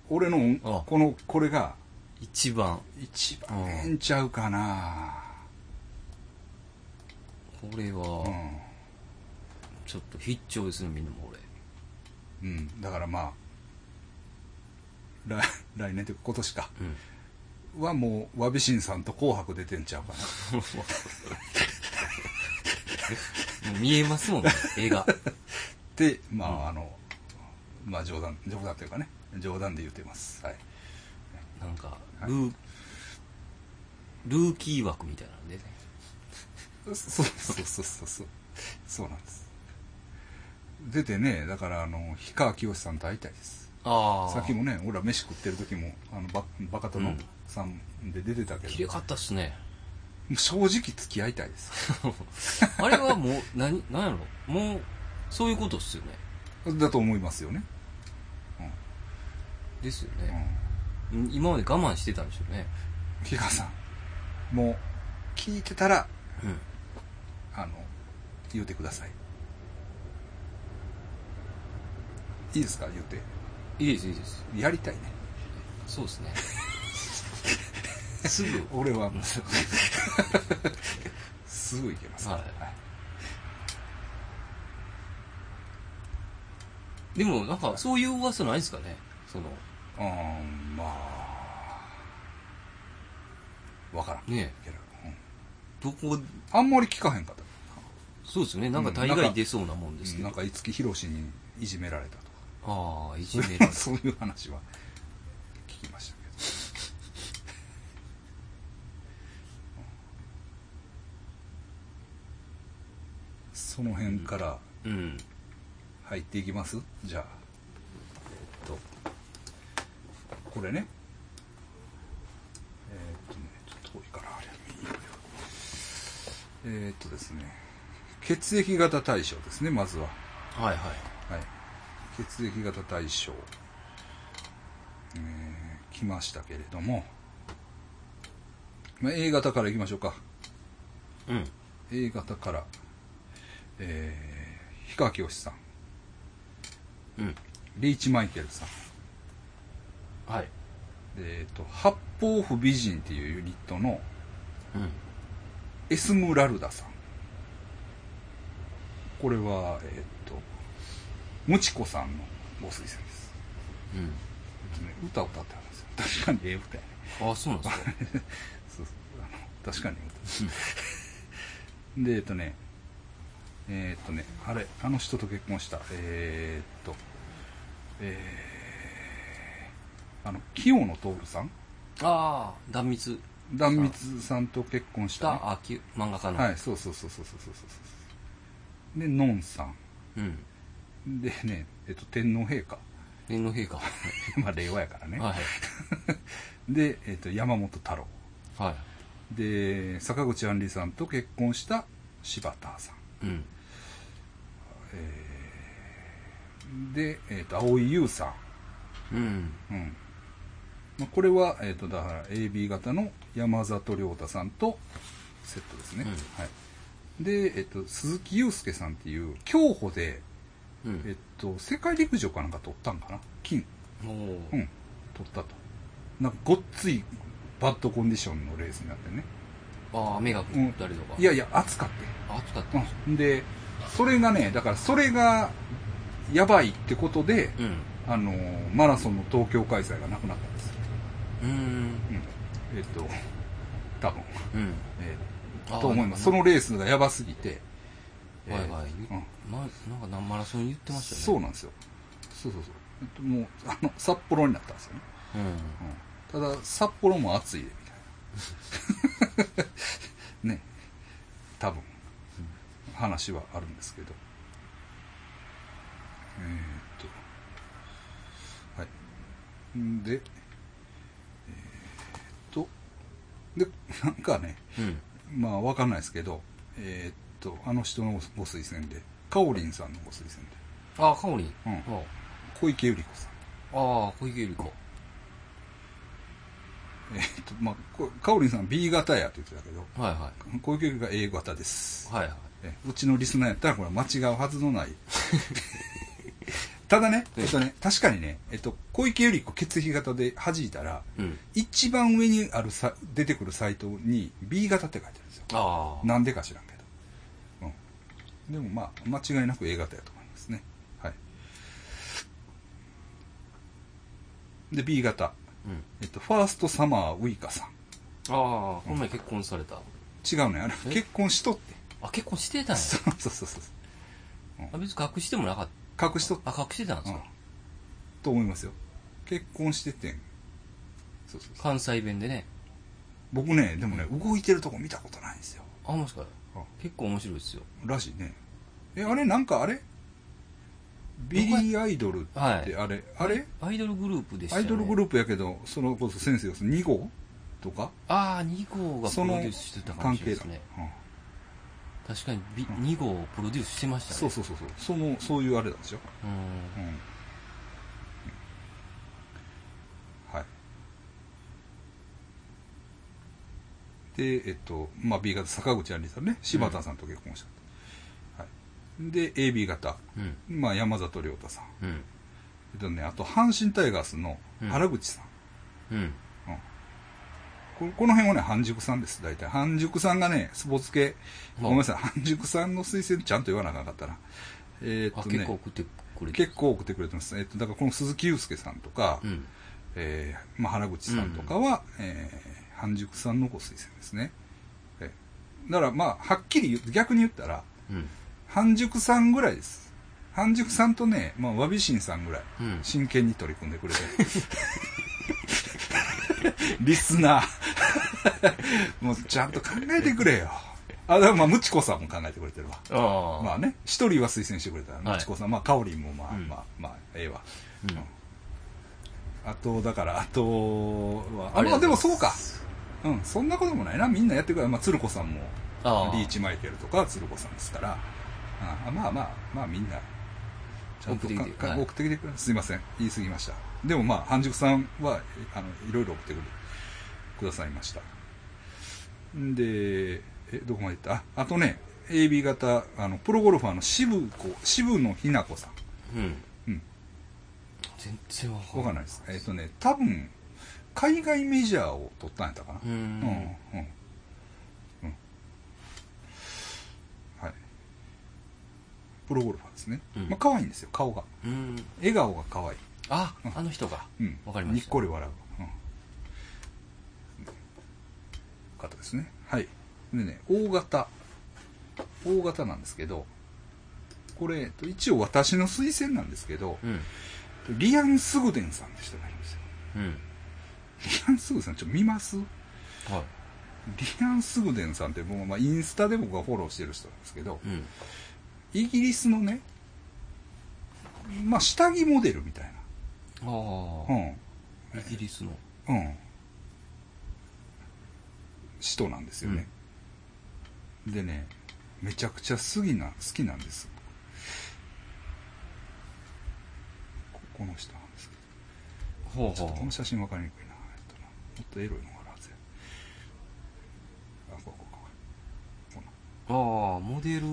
[SPEAKER 1] 俺の音
[SPEAKER 2] あ
[SPEAKER 1] この、これが、
[SPEAKER 2] 一番
[SPEAKER 1] 一番ええんちゃうかな
[SPEAKER 2] これ
[SPEAKER 1] う
[SPEAKER 2] は
[SPEAKER 1] ん。
[SPEAKER 2] ちょっと必聴ですねみんなも俺
[SPEAKER 1] うん。だからまあ、来来年というか今年か。
[SPEAKER 2] うん
[SPEAKER 1] はもう、わびしんさんと紅白出てんちゃうかな。
[SPEAKER 2] もう見えま すもんね絵が
[SPEAKER 1] で、まあ、あの、まあ冗談、冗談というかね、冗談で言ってます。はい。
[SPEAKER 2] なんか
[SPEAKER 1] はい
[SPEAKER 2] ルー、ルーキー枠みたいなんでね
[SPEAKER 1] そうそうそうそうそうそうなんです出てねだからあの氷川きよしさんと会いたいです
[SPEAKER 2] ああ
[SPEAKER 1] さっきもね俺ら飯食ってる時もあのババカ殿さんで出てたけ
[SPEAKER 2] 綺麗
[SPEAKER 1] ど、
[SPEAKER 2] かったっすね
[SPEAKER 1] 正直付き合いたいです
[SPEAKER 2] あれはもう 何何やろもうそういうことっすよね
[SPEAKER 1] だと思いますよね、
[SPEAKER 2] ですよ
[SPEAKER 1] うん
[SPEAKER 2] ね、うん今まで我慢してたんでしょうね
[SPEAKER 1] 氷川さんもう聞いてたら
[SPEAKER 2] うん
[SPEAKER 1] あの言うてくださいいいですか言うて
[SPEAKER 2] いいですいいです
[SPEAKER 1] やりたいね
[SPEAKER 2] そうですね すぐ
[SPEAKER 1] 俺はもうすぐ行けますから、
[SPEAKER 2] はい
[SPEAKER 1] はい
[SPEAKER 2] でもなんかそういう噂ないですかねその
[SPEAKER 1] うーんまあわからん
[SPEAKER 2] ね
[SPEAKER 1] けどうん
[SPEAKER 2] どこ
[SPEAKER 1] あんまり聞かへんかった
[SPEAKER 2] そうですよねなんか
[SPEAKER 1] うん
[SPEAKER 2] 大
[SPEAKER 1] なん
[SPEAKER 2] 概
[SPEAKER 1] か
[SPEAKER 2] 出そうなもんですけど、
[SPEAKER 1] なんか五木ひろしにいじめられたと
[SPEAKER 2] ああいじめられ
[SPEAKER 1] か そういう話は聞きました けどその辺から
[SPEAKER 2] うん
[SPEAKER 1] 入っていきますじゃあえーっとこれねえーっとねちょっと遠いからあれいいよえーっとですね血液型対象ですねまずは
[SPEAKER 2] はいはい
[SPEAKER 1] はい血液型対象えーっきましたけれども、まあ、A 型からいきましょうか
[SPEAKER 2] うん
[SPEAKER 1] A 型からえー、氷川きよしさん
[SPEAKER 2] うん
[SPEAKER 1] リーチマイケルさん
[SPEAKER 2] はい
[SPEAKER 1] えー、と八方不美人っていうユニットの
[SPEAKER 2] うん
[SPEAKER 1] エスムラルダさんこれはえっ、とムチコさんのご推薦です、ね、歌を歌ってはるんですよ確かにええ歌やね
[SPEAKER 2] うんあそうな んですか
[SPEAKER 1] そうそうあの確かにええ歌でえっ、とねえっ、とねあれあの人と結婚したえっ、とえー、あの清野徹さん
[SPEAKER 2] ああ断密
[SPEAKER 1] 壇蜜さんと結婚し、
[SPEAKER 2] した
[SPEAKER 1] ね、
[SPEAKER 2] たあきゅ漫画家の
[SPEAKER 1] はい、そうそうそうそうそうそうそうでのんさ
[SPEAKER 2] うん
[SPEAKER 1] んでね、えっと、天皇陛下
[SPEAKER 2] 天皇陛下は
[SPEAKER 1] まあ令和やから
[SPEAKER 2] い
[SPEAKER 1] ね、
[SPEAKER 2] は い
[SPEAKER 1] で、えっと、山本太郎
[SPEAKER 2] は
[SPEAKER 1] で坂口杏里さんと結婚した柴田さ
[SPEAKER 2] いうん
[SPEAKER 1] んで、えっと、蒼井優さ
[SPEAKER 2] うん
[SPEAKER 1] ん、うんまあ、これは、えっと、だから AB 型の山里亮太さんとセットですね、
[SPEAKER 2] うん
[SPEAKER 1] はいで、えっと、鈴木雄介さんっていう競歩で、
[SPEAKER 2] う
[SPEAKER 1] えっ
[SPEAKER 2] ん
[SPEAKER 1] と、世界陸上かなんか取ったんかな金
[SPEAKER 2] お
[SPEAKER 1] う
[SPEAKER 2] ー
[SPEAKER 1] ん、取ったと。なんかごっついバッドコンディションのレースになってね。
[SPEAKER 2] ああ雨が降ったりとか
[SPEAKER 1] いやいや、暑かって
[SPEAKER 2] あ暑かった
[SPEAKER 1] ん。うん。で、それがね、だからそれがやばいってことで、
[SPEAKER 2] うん
[SPEAKER 1] あのー、マラソンの東京開催がなくなったんですよ。
[SPEAKER 2] うーん
[SPEAKER 1] うん。えっと、多分。
[SPEAKER 2] うん
[SPEAKER 1] えー
[SPEAKER 2] あー
[SPEAKER 1] と思います。そのレースがやばすぎて。えー
[SPEAKER 2] はいはい言っ
[SPEAKER 1] うん
[SPEAKER 2] まなんかなマラソン言ってましたね
[SPEAKER 1] そうなんですよ。そうそうそう。えっともう、あの、札幌になったんですよね。
[SPEAKER 2] うん
[SPEAKER 1] うんただ札幌も暑いでみたいなね多分話はあるんですけどえーっとはいんでえーっとでなんかね
[SPEAKER 2] うん
[SPEAKER 1] まあわかんないですけどえーっとあの人のご推薦でかおりんさんのご推薦で
[SPEAKER 2] ああかおりん
[SPEAKER 1] うん
[SPEAKER 2] あ
[SPEAKER 1] 小池百合子さん
[SPEAKER 2] あ小池百合子
[SPEAKER 1] えーっとまあこかおりんさん B 型やって言ってたけど
[SPEAKER 2] はいは
[SPEAKER 1] 小池百合が A 型です
[SPEAKER 2] いはいは
[SPEAKER 1] えうちのリスナーやったらこれは間違うはずの ないただね、えっとね、確かにね、えっと、小池百合子血液型で弾いたら
[SPEAKER 2] いうん
[SPEAKER 1] 一番上にあるさ出てくるサイトに B 型って書いてあるんですよ
[SPEAKER 2] ああ
[SPEAKER 1] なんでか知らんけど、うん、でもまあ間違いなく A 型やと思いますねはいで B 型、
[SPEAKER 2] うん
[SPEAKER 1] えっと、ファーストサマーウイカさん
[SPEAKER 2] ああこの前結婚された
[SPEAKER 1] 違うねあれ
[SPEAKER 2] え
[SPEAKER 1] 結婚しとって
[SPEAKER 2] あ結婚してた んや
[SPEAKER 1] そうそうそうそう
[SPEAKER 2] あ別に隠してもなかっ
[SPEAKER 1] 隠しとった
[SPEAKER 2] あ隠してたんです
[SPEAKER 1] うん
[SPEAKER 2] か、
[SPEAKER 1] と思いますよ結婚しててそうそうそう
[SPEAKER 2] 関西弁でね
[SPEAKER 1] 僕ねでもね動いてるとこ見たことないんですよ
[SPEAKER 2] あもしか
[SPEAKER 1] うん
[SPEAKER 2] 結構面白いですよ
[SPEAKER 1] らしいねえあれなんかあれビリーアイドルって
[SPEAKER 2] は
[SPEAKER 1] あ
[SPEAKER 2] い
[SPEAKER 1] れ、あれ
[SPEAKER 2] アイドルグループでした
[SPEAKER 1] ア
[SPEAKER 2] よ
[SPEAKER 1] イド
[SPEAKER 2] ね
[SPEAKER 1] ルグループやけどそれこそ先生が2号とか
[SPEAKER 2] ああ2号が
[SPEAKER 1] そ
[SPEAKER 2] プロ
[SPEAKER 1] の
[SPEAKER 2] デュースしてたかも
[SPEAKER 1] 関
[SPEAKER 2] しれな
[SPEAKER 1] 係
[SPEAKER 2] いで
[SPEAKER 1] だ、
[SPEAKER 2] すね
[SPEAKER 1] うん
[SPEAKER 2] 確かにビ2号をプロデュースしてましたね
[SPEAKER 1] そうそうそうそうそのそういうあれなんですよ、
[SPEAKER 2] うん
[SPEAKER 1] うんはいでえっとまあ B 型坂口杏里さんね柴田さんと結婚した、はい、で AB 型、
[SPEAKER 2] うん
[SPEAKER 1] まあ、山里亮太さん
[SPEAKER 2] うん
[SPEAKER 1] えっとねあと阪神タイガースの原口さん、
[SPEAKER 2] うん
[SPEAKER 1] ここの辺はね半熟さんです大体半熟さんがねスポーツ系
[SPEAKER 2] あ
[SPEAKER 1] ごめんなさい半熟さんの推薦ちゃんと言わなあかんかったなえー
[SPEAKER 2] あ
[SPEAKER 1] っと
[SPEAKER 2] 結構
[SPEAKER 1] ね
[SPEAKER 2] 送ってくれて
[SPEAKER 1] 結構送ってくれてます、えっと、だからこの鈴木雄介さんとか、
[SPEAKER 2] うん
[SPEAKER 1] えーまあ、原口さんとかは、えー半熟さんのご推薦ですね、えーだからまあはっきり言う逆に言ったら
[SPEAKER 2] うん
[SPEAKER 1] 半熟さんぐらいです半熟さんとね、まあ、わびしんさんぐらい
[SPEAKER 2] うん
[SPEAKER 1] 真剣に取り組んでくれてる リスナー もうちゃんと考えてくれよあだからまあムチコさんも考えてくれてるわ
[SPEAKER 2] ああ
[SPEAKER 1] まあね一人は推薦してくれた
[SPEAKER 2] はい
[SPEAKER 1] ムチコさんまあかおりんもまあ、
[SPEAKER 2] うん
[SPEAKER 1] まあまあええわ
[SPEAKER 2] うん
[SPEAKER 1] あとだからあとはあ
[SPEAKER 2] あり
[SPEAKER 1] まあで
[SPEAKER 2] がとう
[SPEAKER 1] も
[SPEAKER 2] ござい
[SPEAKER 1] そう
[SPEAKER 2] ま
[SPEAKER 1] かうんそんなこともないなみんなやってくれまあ鶴子さんも
[SPEAKER 2] ああ
[SPEAKER 1] リーチマイケルとか鶴子さんですからあまあまあまあみんなちゃんと
[SPEAKER 2] 送ってきて
[SPEAKER 1] かか
[SPEAKER 2] はい
[SPEAKER 1] 送ってきてくれすいません言い過ぎましたでもまあ半熟さんはあのいろいろ送ってくるくださいましたんでえどこまでいったああとね AB 型あのプロゴルファーの渋子渋野日向子さん
[SPEAKER 2] うん、
[SPEAKER 1] うん
[SPEAKER 2] 全然わか
[SPEAKER 1] わかんないですえっ、とね多分海外メジャーを取ったんやったかな
[SPEAKER 2] うん
[SPEAKER 1] うんうんうんはいプロゴルファーですね、
[SPEAKER 2] うん
[SPEAKER 1] まあ可愛いんですよ顔が
[SPEAKER 2] うん
[SPEAKER 1] 笑顔が可愛い
[SPEAKER 2] ああの人が
[SPEAKER 1] うん
[SPEAKER 2] わかりました
[SPEAKER 1] にっこり笑う、うん、方ですねはいでね大型大型なんですけどこれえっと一応私の推薦なんですけど
[SPEAKER 2] うん
[SPEAKER 1] リアン・スグデンさんの人がいるんですよ
[SPEAKER 2] うん
[SPEAKER 1] リアン・スグデンさんちょっと見ます
[SPEAKER 2] は
[SPEAKER 1] リアン・スグデンさんってもう、まあ、インスタで僕がフォローしてる人なんですけど
[SPEAKER 2] いうん
[SPEAKER 1] イギリスのねまあ下着モデルみたい
[SPEAKER 2] あ
[SPEAKER 1] な
[SPEAKER 2] あ、
[SPEAKER 1] うん
[SPEAKER 2] イギリスの
[SPEAKER 1] うん、人なんですよね、でねめちゃくちゃ好きな好きなんですここの人なんですけ
[SPEAKER 2] ほ
[SPEAKER 1] ど
[SPEAKER 2] う
[SPEAKER 1] ちょっ
[SPEAKER 2] ほ
[SPEAKER 1] とこの
[SPEAKER 2] う
[SPEAKER 1] 写真分かりにくいな,、えっとなもっとエロいのがあるはずやあこうこうこうこ
[SPEAKER 2] ああモデル
[SPEAKER 1] う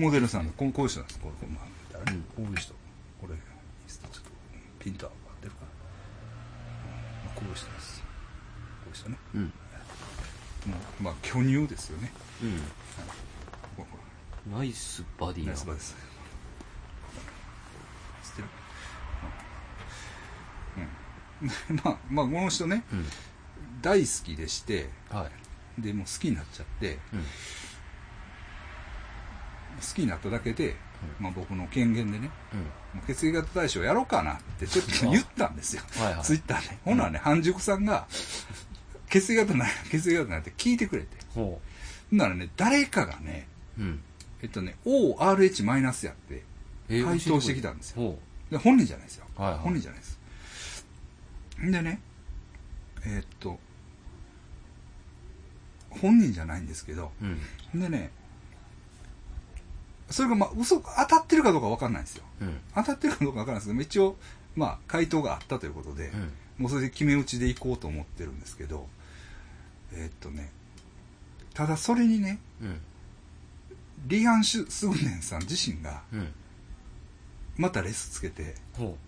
[SPEAKER 1] モデルさんのこうこういう人なんですこうこうまあ
[SPEAKER 2] うん
[SPEAKER 1] こういう人これちょっとピント合ってるかな、うんこういう人ですこういう人ね
[SPEAKER 2] うん
[SPEAKER 1] もうまあ巨乳ですよね。
[SPEAKER 2] う
[SPEAKER 1] ほらほ
[SPEAKER 2] んナイスバデ
[SPEAKER 1] ら
[SPEAKER 2] ィ
[SPEAKER 1] ナ
[SPEAKER 2] な
[SPEAKER 1] イスバーです。知ってる。うん。うんまあまあこの人ね
[SPEAKER 2] うん
[SPEAKER 1] 大好きでして
[SPEAKER 2] はい
[SPEAKER 1] でもう好きになっちゃって
[SPEAKER 2] うん
[SPEAKER 1] 好きになっただけで、まあ僕の権限でね。
[SPEAKER 2] う
[SPEAKER 1] もう血液型対象やろうかなってちょっ と言ったんですよ、
[SPEAKER 2] はいはい
[SPEAKER 1] ツイッターで、ほなね半熟さんが血液型ない血液型ないって聞いてくれて
[SPEAKER 2] んほ
[SPEAKER 1] ほんならね誰かがね
[SPEAKER 2] ううん
[SPEAKER 1] えっとね ORH マイナスやって
[SPEAKER 2] え
[SPEAKER 1] 回答
[SPEAKER 2] 教えくれ
[SPEAKER 1] してきたんですよ
[SPEAKER 2] ほ
[SPEAKER 1] で本人じゃないですよ、
[SPEAKER 2] はいはい
[SPEAKER 1] 本人じゃないですんでねえーっと本人じゃないんですけど
[SPEAKER 2] ううん
[SPEAKER 1] んでねそれがまあ嘘当たってるかどうか分かんないんですよ
[SPEAKER 2] うん
[SPEAKER 1] 当たってるかどうか分かんないですけど一応まあ回答があったということで、
[SPEAKER 2] うん
[SPEAKER 1] もうそれで決め打ちでいこうと思ってるんですけどえーっとねただそれにね
[SPEAKER 2] うん
[SPEAKER 1] リアン・シュスグネンさん自身が
[SPEAKER 2] うん
[SPEAKER 1] またレスつけて
[SPEAKER 2] ほ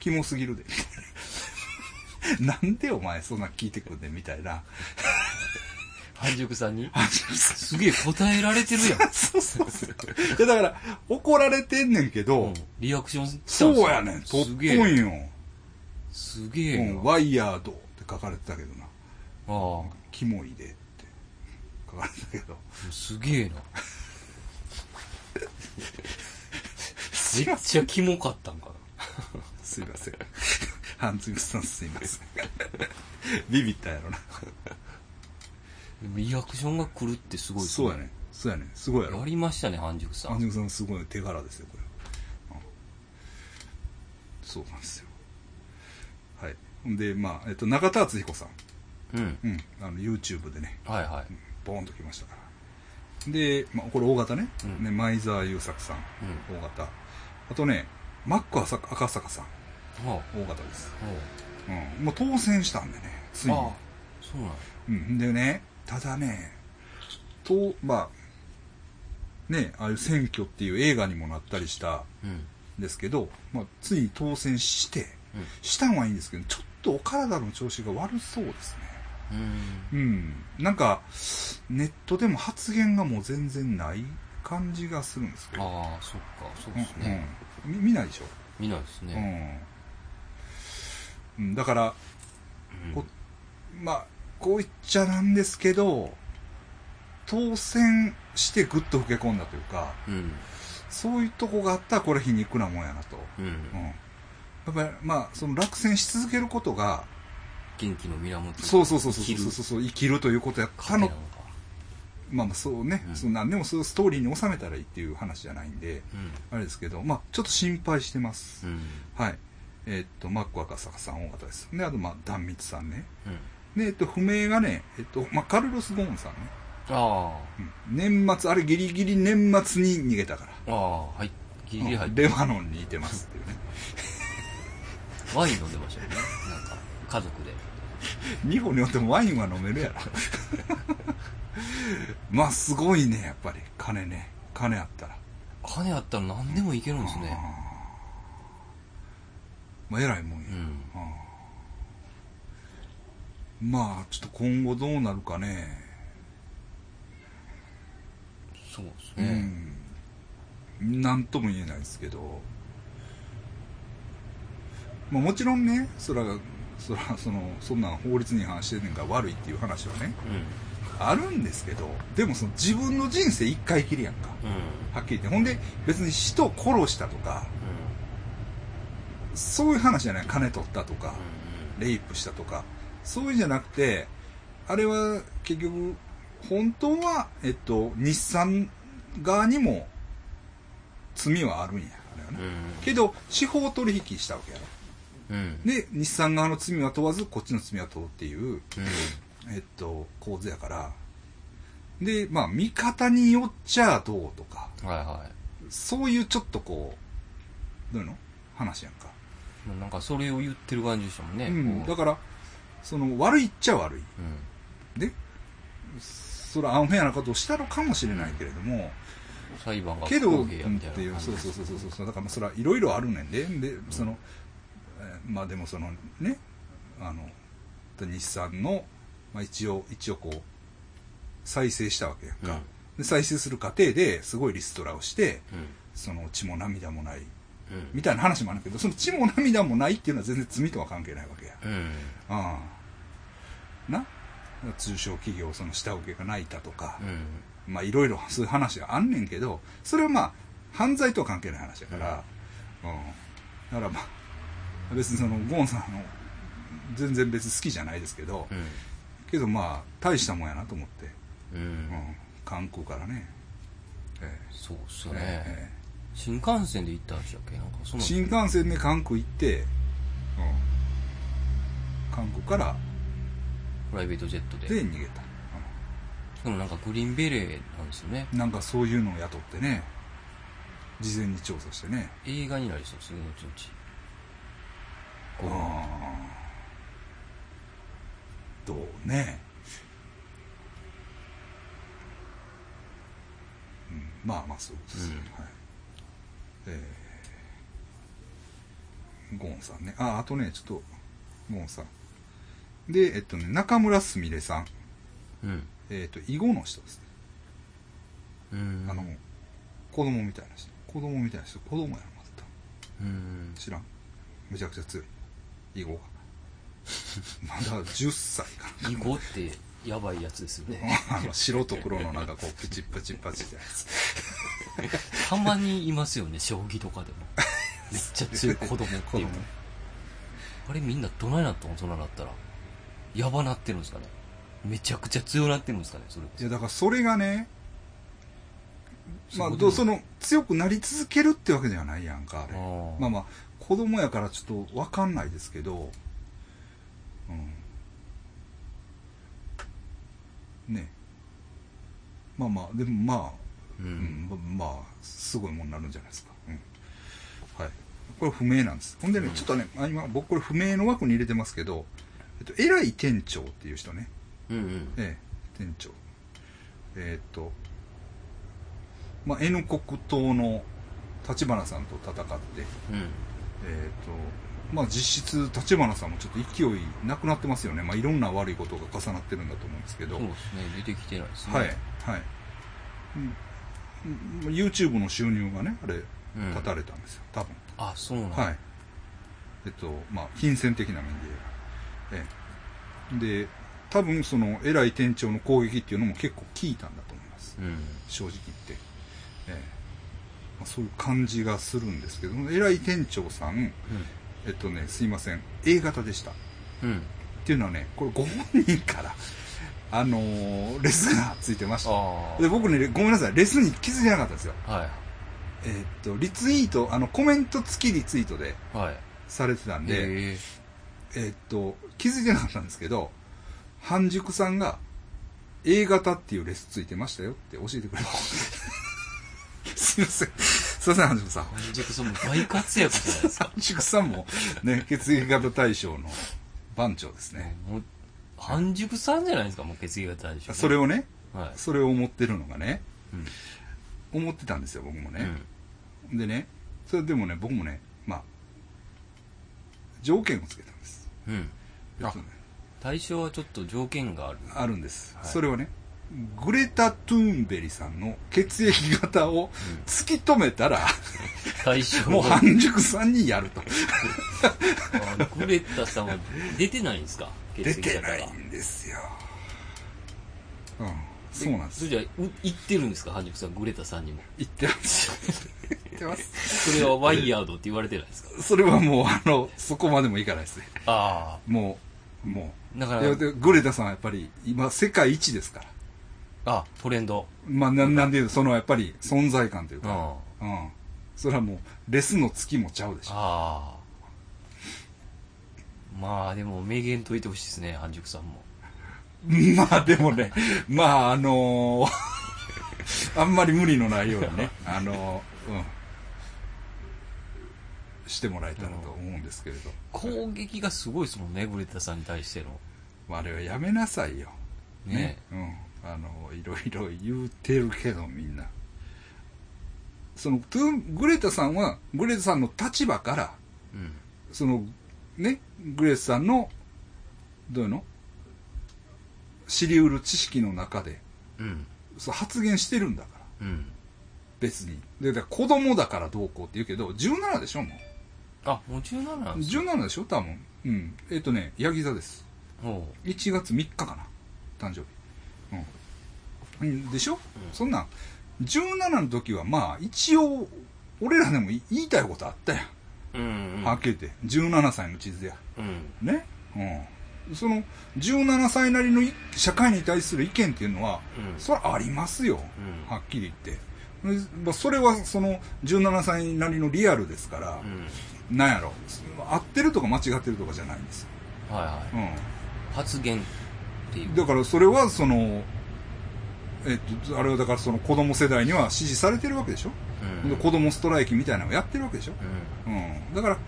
[SPEAKER 1] キモすぎるで。なんで お前そんなん聞いてくんねんみたいな。
[SPEAKER 2] う半熟さんに
[SPEAKER 1] そ
[SPEAKER 2] すげえ答えられてるやん
[SPEAKER 1] うそうそう。 いやだから、怒られてんねんけど、
[SPEAKER 2] うんリアクションしたんです
[SPEAKER 1] そ
[SPEAKER 2] よ
[SPEAKER 1] うやねん、とっと
[SPEAKER 2] す
[SPEAKER 1] ん
[SPEAKER 2] げえ
[SPEAKER 1] よ。
[SPEAKER 2] すげえ
[SPEAKER 1] う、
[SPEAKER 2] なん
[SPEAKER 1] ワイヤードって書かれてたけどな。
[SPEAKER 2] あ
[SPEAKER 1] キモいでって書かれてたけど。
[SPEAKER 2] あすげえな
[SPEAKER 1] す
[SPEAKER 2] め
[SPEAKER 1] いま
[SPEAKER 2] っ
[SPEAKER 1] せん。
[SPEAKER 2] ちゃキモかったんかな
[SPEAKER 1] すいません。ハンズミさんすいません。ビビったやろな。
[SPEAKER 2] でもリアクションが来るってすごいです
[SPEAKER 1] そうやねん。そうやねん。すごいやろ
[SPEAKER 2] や。りましたね半熟さ
[SPEAKER 1] アン
[SPEAKER 2] ん
[SPEAKER 1] ジュさんすごい手柄ですよこれ、うんそうなんですよはいほんでまあ、えっと、中田敦彦さん、
[SPEAKER 2] うん
[SPEAKER 1] うん、あの YouTube でね
[SPEAKER 2] はいはい
[SPEAKER 1] ボーンときましたからで、まあ、これ大型ね,、
[SPEAKER 2] うん
[SPEAKER 1] ね前澤友作さん
[SPEAKER 2] う
[SPEAKER 1] 大型あとねマック赤坂赤坂さん
[SPEAKER 2] んは
[SPEAKER 1] 大型です
[SPEAKER 2] あ、は
[SPEAKER 1] うんもう当選したんでねつい
[SPEAKER 2] あ、
[SPEAKER 1] に
[SPEAKER 2] ああそうなんや
[SPEAKER 1] うん、でねただねとまあねああいう選挙っていう映画にもなったりした
[SPEAKER 2] うん
[SPEAKER 1] ですけど、まあ、ついに当選して、
[SPEAKER 2] うん
[SPEAKER 1] したんはいいんですけど、ちょっとお体の調子が悪そうですね。
[SPEAKER 2] うん
[SPEAKER 1] うん。なんか、ネットでも発言がもう全然ない感じがするんですけど。
[SPEAKER 2] ああそっかそう
[SPEAKER 1] うん
[SPEAKER 2] ですね、
[SPEAKER 1] うんみ見ないでしょ、
[SPEAKER 2] 見ないですね、
[SPEAKER 1] うんうん。だから、
[SPEAKER 2] うん
[SPEAKER 1] こまあ、こう言っちゃなんですけど、当選してぐっと老け込んだというか、
[SPEAKER 2] うん
[SPEAKER 1] そういうとこがあったらこれ皮肉なもんやなと。
[SPEAKER 2] うん、
[SPEAKER 1] うん、やっぱりまあその落選し続けることが
[SPEAKER 2] 元気の源
[SPEAKER 1] そうそうそうそう
[SPEAKER 2] 生き
[SPEAKER 1] そう
[SPEAKER 2] る
[SPEAKER 1] そうそう生きるということやった
[SPEAKER 2] 糧な
[SPEAKER 1] の
[SPEAKER 2] のか
[SPEAKER 1] まあまあそうね、
[SPEAKER 2] うん
[SPEAKER 1] その何でもそういうストーリーに収めたらいいっていう話じゃないんで
[SPEAKER 2] う
[SPEAKER 1] あれですけどまあちょっと心配してます、
[SPEAKER 2] んうん
[SPEAKER 1] はいえーっとマック赤坂さん大方ですであとまあ壇蜜さんね
[SPEAKER 2] うん
[SPEAKER 1] でえっと不明がねえっとまあカルロス・ゴーンさんね、
[SPEAKER 2] あ
[SPEAKER 1] うん、年末あれギリギリ年末に逃げたから
[SPEAKER 2] あああはいギリギリ入っ
[SPEAKER 1] うん
[SPEAKER 2] て
[SPEAKER 1] レバノンにいてますっていうね
[SPEAKER 2] ワイン飲んでましたよねなんか家族で
[SPEAKER 1] 2本によってもワインは飲める やろまあすごいねやっぱり金ね金あったら
[SPEAKER 2] 金あったら何でもいけるんですね
[SPEAKER 1] まあ偉いもんや、
[SPEAKER 2] うん
[SPEAKER 1] まあちょっと今後どうなるかね
[SPEAKER 2] そうですね、
[SPEAKER 1] うんなんとも言えないですけど、まあ、もちろんねそらそらそのそんなん法律に反してんねんから悪いっていう話はね
[SPEAKER 2] うんうん
[SPEAKER 1] あるんですけどでもその自分の人生一回きりやんかはっきり言ってほんで別に人を殺したとかそういう話じゃない金取ったとか、レイプしたとかそういうんじゃなくてあれは結局本当は、えっと、日産側にも罪はあるんやあれはね、
[SPEAKER 2] うん
[SPEAKER 1] けど司法取引したわけやろ
[SPEAKER 2] うんうん
[SPEAKER 1] で日産側の罪は問わずこっちの罪は問うっていう、
[SPEAKER 2] うん
[SPEAKER 1] えっと、構図やからでまあ味方によっちゃどうとか
[SPEAKER 2] はいは
[SPEAKER 1] そういうちょっとこうどういうの話やんか、
[SPEAKER 2] いもうなんかそれを言ってる感じでしたもんね、
[SPEAKER 1] うん、
[SPEAKER 2] こ
[SPEAKER 1] だからその悪いっちゃ悪い
[SPEAKER 2] うん
[SPEAKER 1] でそれはアンフェアなことをしたのかもしれないけれども
[SPEAKER 2] 裁判が
[SPEAKER 1] けど
[SPEAKER 2] 不
[SPEAKER 1] っ
[SPEAKER 2] 公
[SPEAKER 1] て
[SPEAKER 2] 平やみたいな
[SPEAKER 1] いうそうそうそうそうそうだからまあそれはいろいろあるねんででその、えーまあでもそのねあの日産の、まあ、一応一応こう再生したわけやんか、
[SPEAKER 2] うん
[SPEAKER 1] で再生する過程ですごいリストラをして
[SPEAKER 2] う
[SPEAKER 1] その血も涙もない
[SPEAKER 2] ん
[SPEAKER 1] みたいな話もあるけどその血も涙もないっていうのは全然罪とは関係ないわけや
[SPEAKER 2] うんうん
[SPEAKER 1] ああな中小企業その下請けが泣いたとか、
[SPEAKER 2] うん
[SPEAKER 1] まあいろいろそういう話があんねんけどそれはまあ犯罪とは関係ない話だから、うんだからまあ別にそのゴーンさんの全然別に好きじゃないですけど、
[SPEAKER 2] うん
[SPEAKER 1] けどまあ大したもんやなと思って、
[SPEAKER 2] う
[SPEAKER 1] うん
[SPEAKER 2] ん
[SPEAKER 1] 観光からね、え
[SPEAKER 2] そうっす
[SPEAKER 1] え
[SPEAKER 2] よね、
[SPEAKER 1] え
[SPEAKER 2] 新幹線で行ったんでしたっけなんかそ
[SPEAKER 1] え
[SPEAKER 2] の
[SPEAKER 1] 新幹線で韓国行って、うん、韓国から
[SPEAKER 2] プライベートジェットで
[SPEAKER 1] で逃げた、
[SPEAKER 2] しかもなんかグリーンベレーなんですよね
[SPEAKER 1] うんなんかそういうのを雇ってね事前に調査してね
[SPEAKER 2] 映画になりそうですね後々こう
[SPEAKER 1] あーどうね、うん、まあまあそうです、
[SPEAKER 2] うん
[SPEAKER 1] はいえーゴーンさんねああとねちょっとゴーンさんでえっとね中村すみれさん
[SPEAKER 2] うん
[SPEAKER 1] えっと囲碁の人ですね、
[SPEAKER 2] うん
[SPEAKER 1] あの子供みたいな人子供みたいな人子供やなまた
[SPEAKER 2] うん
[SPEAKER 1] 知らんめちゃくちゃ強い囲碁 がまだ10歳かな
[SPEAKER 2] 囲碁ってやばいやつですよね
[SPEAKER 1] あの白と黒のなんかこうプチプチパチってやつ
[SPEAKER 2] たまにいま すよね将棋とかでもめっちゃ強い子供っていうあれみんなどないなったの大人になったらやばなってるんですかねめちゃくちゃ強なってるんですかねそれこ
[SPEAKER 1] い
[SPEAKER 2] そ
[SPEAKER 1] やだからそれがねまあ
[SPEAKER 2] そういうこと
[SPEAKER 1] どうその強くなり続けるってわけではないやんかあれ
[SPEAKER 2] あー
[SPEAKER 1] まあまあ子供やからちょっとわかんないですけどうんねまあまあでもまあ
[SPEAKER 2] うん、
[SPEAKER 1] うん、ままあすごいもんになるんじゃないですか、うんはい、これ不明なんですほんでね、ちょっとねあ今僕これ不明の枠に入れてますけど、えっと、偉い店長っていう人ね、
[SPEAKER 2] うんうん
[SPEAKER 1] ええ、店長えっと、まあ、N 国党の立花さんと戦って
[SPEAKER 2] うん
[SPEAKER 1] えっとまあ実質立花さんもちょっと勢いなくなってますよね、まあ、いろんな悪いことが重なってるんだと思うんですけど
[SPEAKER 2] そうですね出てきてないですね
[SPEAKER 1] はい、はい、うん、うん YouTube の収入がねあれ
[SPEAKER 2] うん
[SPEAKER 1] 断たれたんですよ、多分
[SPEAKER 2] あそうなんだ
[SPEAKER 1] はいえっとまあ金銭的な面で言えばええで多分その偉い店長の攻撃っていうのも結構効いたんだと思います
[SPEAKER 2] うん
[SPEAKER 1] 正直言って、ええまあ、そういう感じがするんですけど偉い店長さんえっとねすいません A 型でした
[SPEAKER 2] うんうん
[SPEAKER 1] っていうのはねこれご本人からあのーレスがついてました
[SPEAKER 2] あ
[SPEAKER 1] で僕ねごめんなさいレスに気づいてなかったんですよ
[SPEAKER 2] あは
[SPEAKER 1] えーっとリツイートあのコメント付きリツイートで
[SPEAKER 2] いはい
[SPEAKER 1] されてたんで、え
[SPEAKER 2] え
[SPEAKER 1] ーっと気づいてなかったんですけど半熟さんが A 型っていうレスついてましたよって教えてくれました すいませんすいません、半熟さん。
[SPEAKER 2] 半熟さんも大活躍じゃないですか。
[SPEAKER 1] 半熟さんも、 ね、血液型大賞の番長ですね。
[SPEAKER 2] もう半熟さんじゃないですか、もう血液型でしょ。
[SPEAKER 1] それ
[SPEAKER 2] を。
[SPEAKER 1] をね、
[SPEAKER 2] はい。
[SPEAKER 1] それを思ってるのがね、
[SPEAKER 2] うん
[SPEAKER 1] 思ってたんですよ、僕もね。でね、それでもね、僕もね、まあ、条件をつけたんです。
[SPEAKER 2] うん。うん。あ対象はちょっと条 件がある。
[SPEAKER 1] あるんです、
[SPEAKER 2] はい
[SPEAKER 1] それはね、グレタ・トゥーンベリさんの血液型を突き止めた ら、
[SPEAKER 2] 対象
[SPEAKER 1] もう
[SPEAKER 2] は。
[SPEAKER 1] 半熟さんにやると。
[SPEAKER 2] あグレッタさんは出てないんですか血
[SPEAKER 1] 出
[SPEAKER 2] 液
[SPEAKER 1] て
[SPEAKER 2] 型
[SPEAKER 1] な
[SPEAKER 2] が。
[SPEAKER 1] いんですよ。うん、そうなんです
[SPEAKER 2] そ。れじゃあ、う行ってるんですか半熟さん、グレタさんにも。
[SPEAKER 1] 言ってます。 言ってます。
[SPEAKER 2] それはワイヤードって言われてないですか
[SPEAKER 1] それはもう、あの、そこまでもいかないですね。
[SPEAKER 2] あ
[SPEAKER 1] もう、も
[SPEAKER 2] あ。だか
[SPEAKER 1] う。いや
[SPEAKER 2] ら、
[SPEAKER 1] でグレタさんはやっぱり、今、世界一ですから。
[SPEAKER 2] あ、トレンド。
[SPEAKER 1] まあ、ななんでいうその、やっぱり、存在感という
[SPEAKER 2] うん。
[SPEAKER 1] か、
[SPEAKER 2] あ
[SPEAKER 1] うん。それはもう、レスの月もちゃうでしょ。
[SPEAKER 2] あ。まあ、でも、名言といてほしいですね、半熟さんも。
[SPEAKER 1] まあでもね、まああのー あんまり無理のないように ね、あのーうん、してもらえたらと思うんですけれど、
[SPEAKER 2] 攻撃がすごいですもんね、グレタさんに対しての。
[SPEAKER 1] まあ、あれはやめなさいよ。
[SPEAKER 2] ね
[SPEAKER 1] うん。あの、いろいろ言うてるけど、みんな。その、トゥーングレタさんは、グレタさんの立場から、
[SPEAKER 2] うん。
[SPEAKER 1] その、ね、グレタさんの、どういうの知り得る知識の中で、
[SPEAKER 2] うん。
[SPEAKER 1] そう発言してるんだから。
[SPEAKER 2] うん。
[SPEAKER 1] 別に。で、だから子供だからどうこうって言うけど、17でしょ、も
[SPEAKER 2] あ、もう17な
[SPEAKER 1] う。
[SPEAKER 2] んです
[SPEAKER 1] 17でしょ、多分。うん。えっ、とね、ヤギ座です。
[SPEAKER 2] ほ
[SPEAKER 1] 1月3日かな。誕生日。うんうん。でしょ、そんなん、17の時はまあ、一応、俺らでもい言いたいことあったやん。
[SPEAKER 2] う。うん、うん。
[SPEAKER 1] はっきり言って。17歳の地図や。
[SPEAKER 2] うん。
[SPEAKER 1] ね。うん。その、17歳なりのい社会に対する意見っていうのは、
[SPEAKER 2] うん
[SPEAKER 1] それはありますよ。
[SPEAKER 2] うん
[SPEAKER 1] はっきり言って。でまあそれはその17歳なりのリアルですから
[SPEAKER 2] う、ん。
[SPEAKER 1] なんやろ合ってるとか間違ってるとかじゃないんですよ、
[SPEAKER 2] はいは
[SPEAKER 1] う
[SPEAKER 2] い。発言ってい
[SPEAKER 1] ん、
[SPEAKER 2] う。
[SPEAKER 1] だからそれはそのえっとあれはだからその子供世代には支持されてるわけでしょ、
[SPEAKER 2] うん。
[SPEAKER 1] で子供ストライキみたいなのをやってるわけでしょ、うん、だから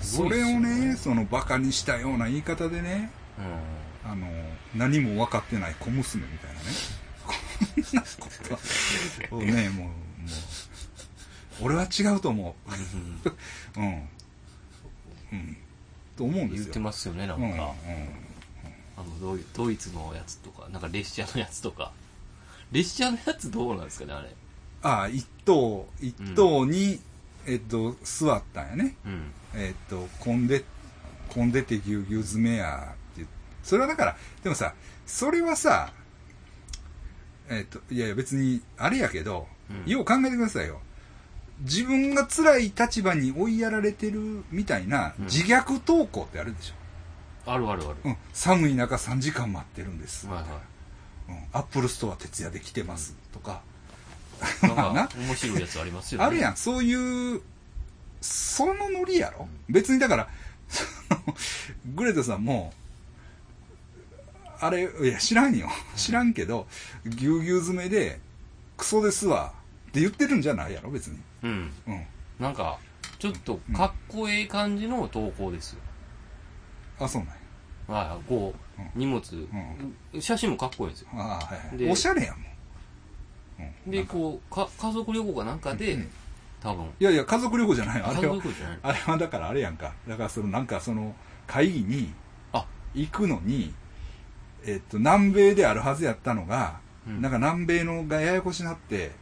[SPEAKER 2] すご
[SPEAKER 1] そ
[SPEAKER 2] いっす
[SPEAKER 1] れ
[SPEAKER 2] よ
[SPEAKER 1] を
[SPEAKER 2] ね
[SPEAKER 1] ねそのバカにしたような言い方でね
[SPEAKER 2] うん。うん。
[SPEAKER 1] あの何も分かってない小娘みたいなねこんな ことはねもうもう俺は違うと思ううん。うん。と思うんで
[SPEAKER 2] 言っ
[SPEAKER 1] すよ。
[SPEAKER 2] てますよね、なん
[SPEAKER 1] う
[SPEAKER 2] か。
[SPEAKER 1] ん。うん。
[SPEAKER 2] あのドイ、ドイツのやつとか、なんか列車のやつとか。列車のやつどうなんですかね、あれ。
[SPEAKER 1] ああ、一頭、一頭に、えっと、座ったんやね。
[SPEAKER 2] うん。
[SPEAKER 1] えっと、混んで、混んでてぎゅうぎゅう詰めやって。それはだから、でもさ、それはさ、えっと、いやいや別に、あれやけど、
[SPEAKER 2] うん
[SPEAKER 1] よう考えてくださいよ。自分が辛い立場に追いやられてるみたいな
[SPEAKER 2] うん
[SPEAKER 1] 自虐投稿ってあるでしょ。
[SPEAKER 2] あるあるある。
[SPEAKER 1] うん、寒い中3時間待ってるんです。
[SPEAKER 2] はい
[SPEAKER 1] うん、アップルストア徹夜で来てますとか、
[SPEAKER 2] はい。
[SPEAKER 1] まあ
[SPEAKER 2] なんか、面白いやつありますよね。
[SPEAKER 1] あるや
[SPEAKER 2] ん。
[SPEAKER 1] ん、そういう、そのノリやろ、別にだから、 そのグレタさんも、あれ、いや、知らんよ。知らんけど、ぎゅうぎゅう詰めで、クソですわ、って言ってるんじゃないやろ、別に。
[SPEAKER 2] うん。
[SPEAKER 1] うん。
[SPEAKER 2] なんか、ちょっとかっこええ感じの投稿ですよ。
[SPEAKER 1] あ、そうなんや。
[SPEAKER 2] はい、こう、荷物、写真もかっこいいんですよ。
[SPEAKER 1] ああ、はい、はい。
[SPEAKER 2] で
[SPEAKER 1] おしゃれやんもん。うん、
[SPEAKER 2] で、こう、か家族旅行かなんかで、
[SPEAKER 1] うん
[SPEAKER 2] 多分、
[SPEAKER 1] いやいや、家族旅行じゃないよ。あ
[SPEAKER 2] 家
[SPEAKER 1] れ
[SPEAKER 2] 族
[SPEAKER 1] は
[SPEAKER 2] 旅、行じゃない
[SPEAKER 1] あれはだからあれやんか。だからその、なんかその、会議に、
[SPEAKER 2] あ、
[SPEAKER 1] 行くのに、えっと、南米であるはずやったのが、
[SPEAKER 2] うん
[SPEAKER 1] なんか南米のがややこしなって、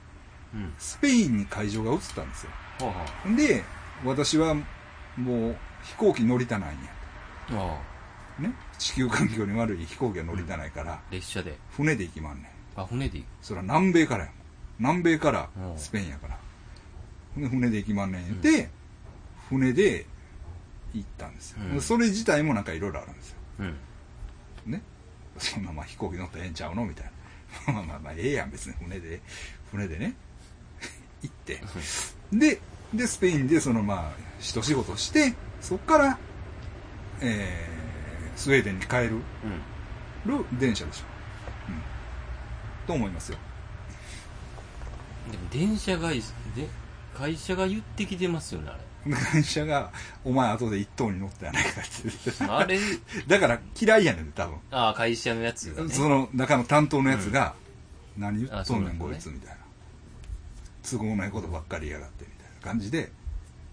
[SPEAKER 2] うん。
[SPEAKER 1] スペインに会場が移ったんですよ。
[SPEAKER 2] はあ、は
[SPEAKER 1] で、私はもう飛行機乗りたないんや
[SPEAKER 2] あ、あ
[SPEAKER 1] と。ね。地球環境に悪い飛行機は乗りたないから、
[SPEAKER 2] あ列車で。
[SPEAKER 1] 船で行きまんねん。
[SPEAKER 2] あ、船で行
[SPEAKER 1] そら南米からやもん。南米から
[SPEAKER 2] うん
[SPEAKER 1] スペインやから。ほんで船で行きまんねん言って。で、船で行ったんですよ。
[SPEAKER 2] うん
[SPEAKER 1] それ自体もなんかいろいろあるんですよ。
[SPEAKER 2] く。うん。
[SPEAKER 1] ね、 そんなまあ飛行機乗ったらええんちゃうのみたいな。 まあまあまあ、ええやん、別に船で、船でね、 行って。で、で、スペインでそのまあ、一仕事して、そっから、えー、スウェーデンに帰る
[SPEAKER 2] うん。
[SPEAKER 1] 電車でしょ。うん。と思いますよ。
[SPEAKER 2] でも電車がいいで、会社が言ってきてますよね あ
[SPEAKER 1] 会社が、お前後で一等に乗ったやないかって。
[SPEAKER 2] れあれ
[SPEAKER 1] だから嫌いやねん、多
[SPEAKER 2] ああ会社のやつが
[SPEAKER 1] 分。
[SPEAKER 2] ね
[SPEAKER 1] その中の担当のやつが、何言っとんね
[SPEAKER 2] あ
[SPEAKER 1] ん、
[SPEAKER 2] そう
[SPEAKER 1] こ
[SPEAKER 2] ないん
[SPEAKER 1] つ、
[SPEAKER 2] だ
[SPEAKER 1] みたいな。都合のないことばっかりやがって、みたいな感じで、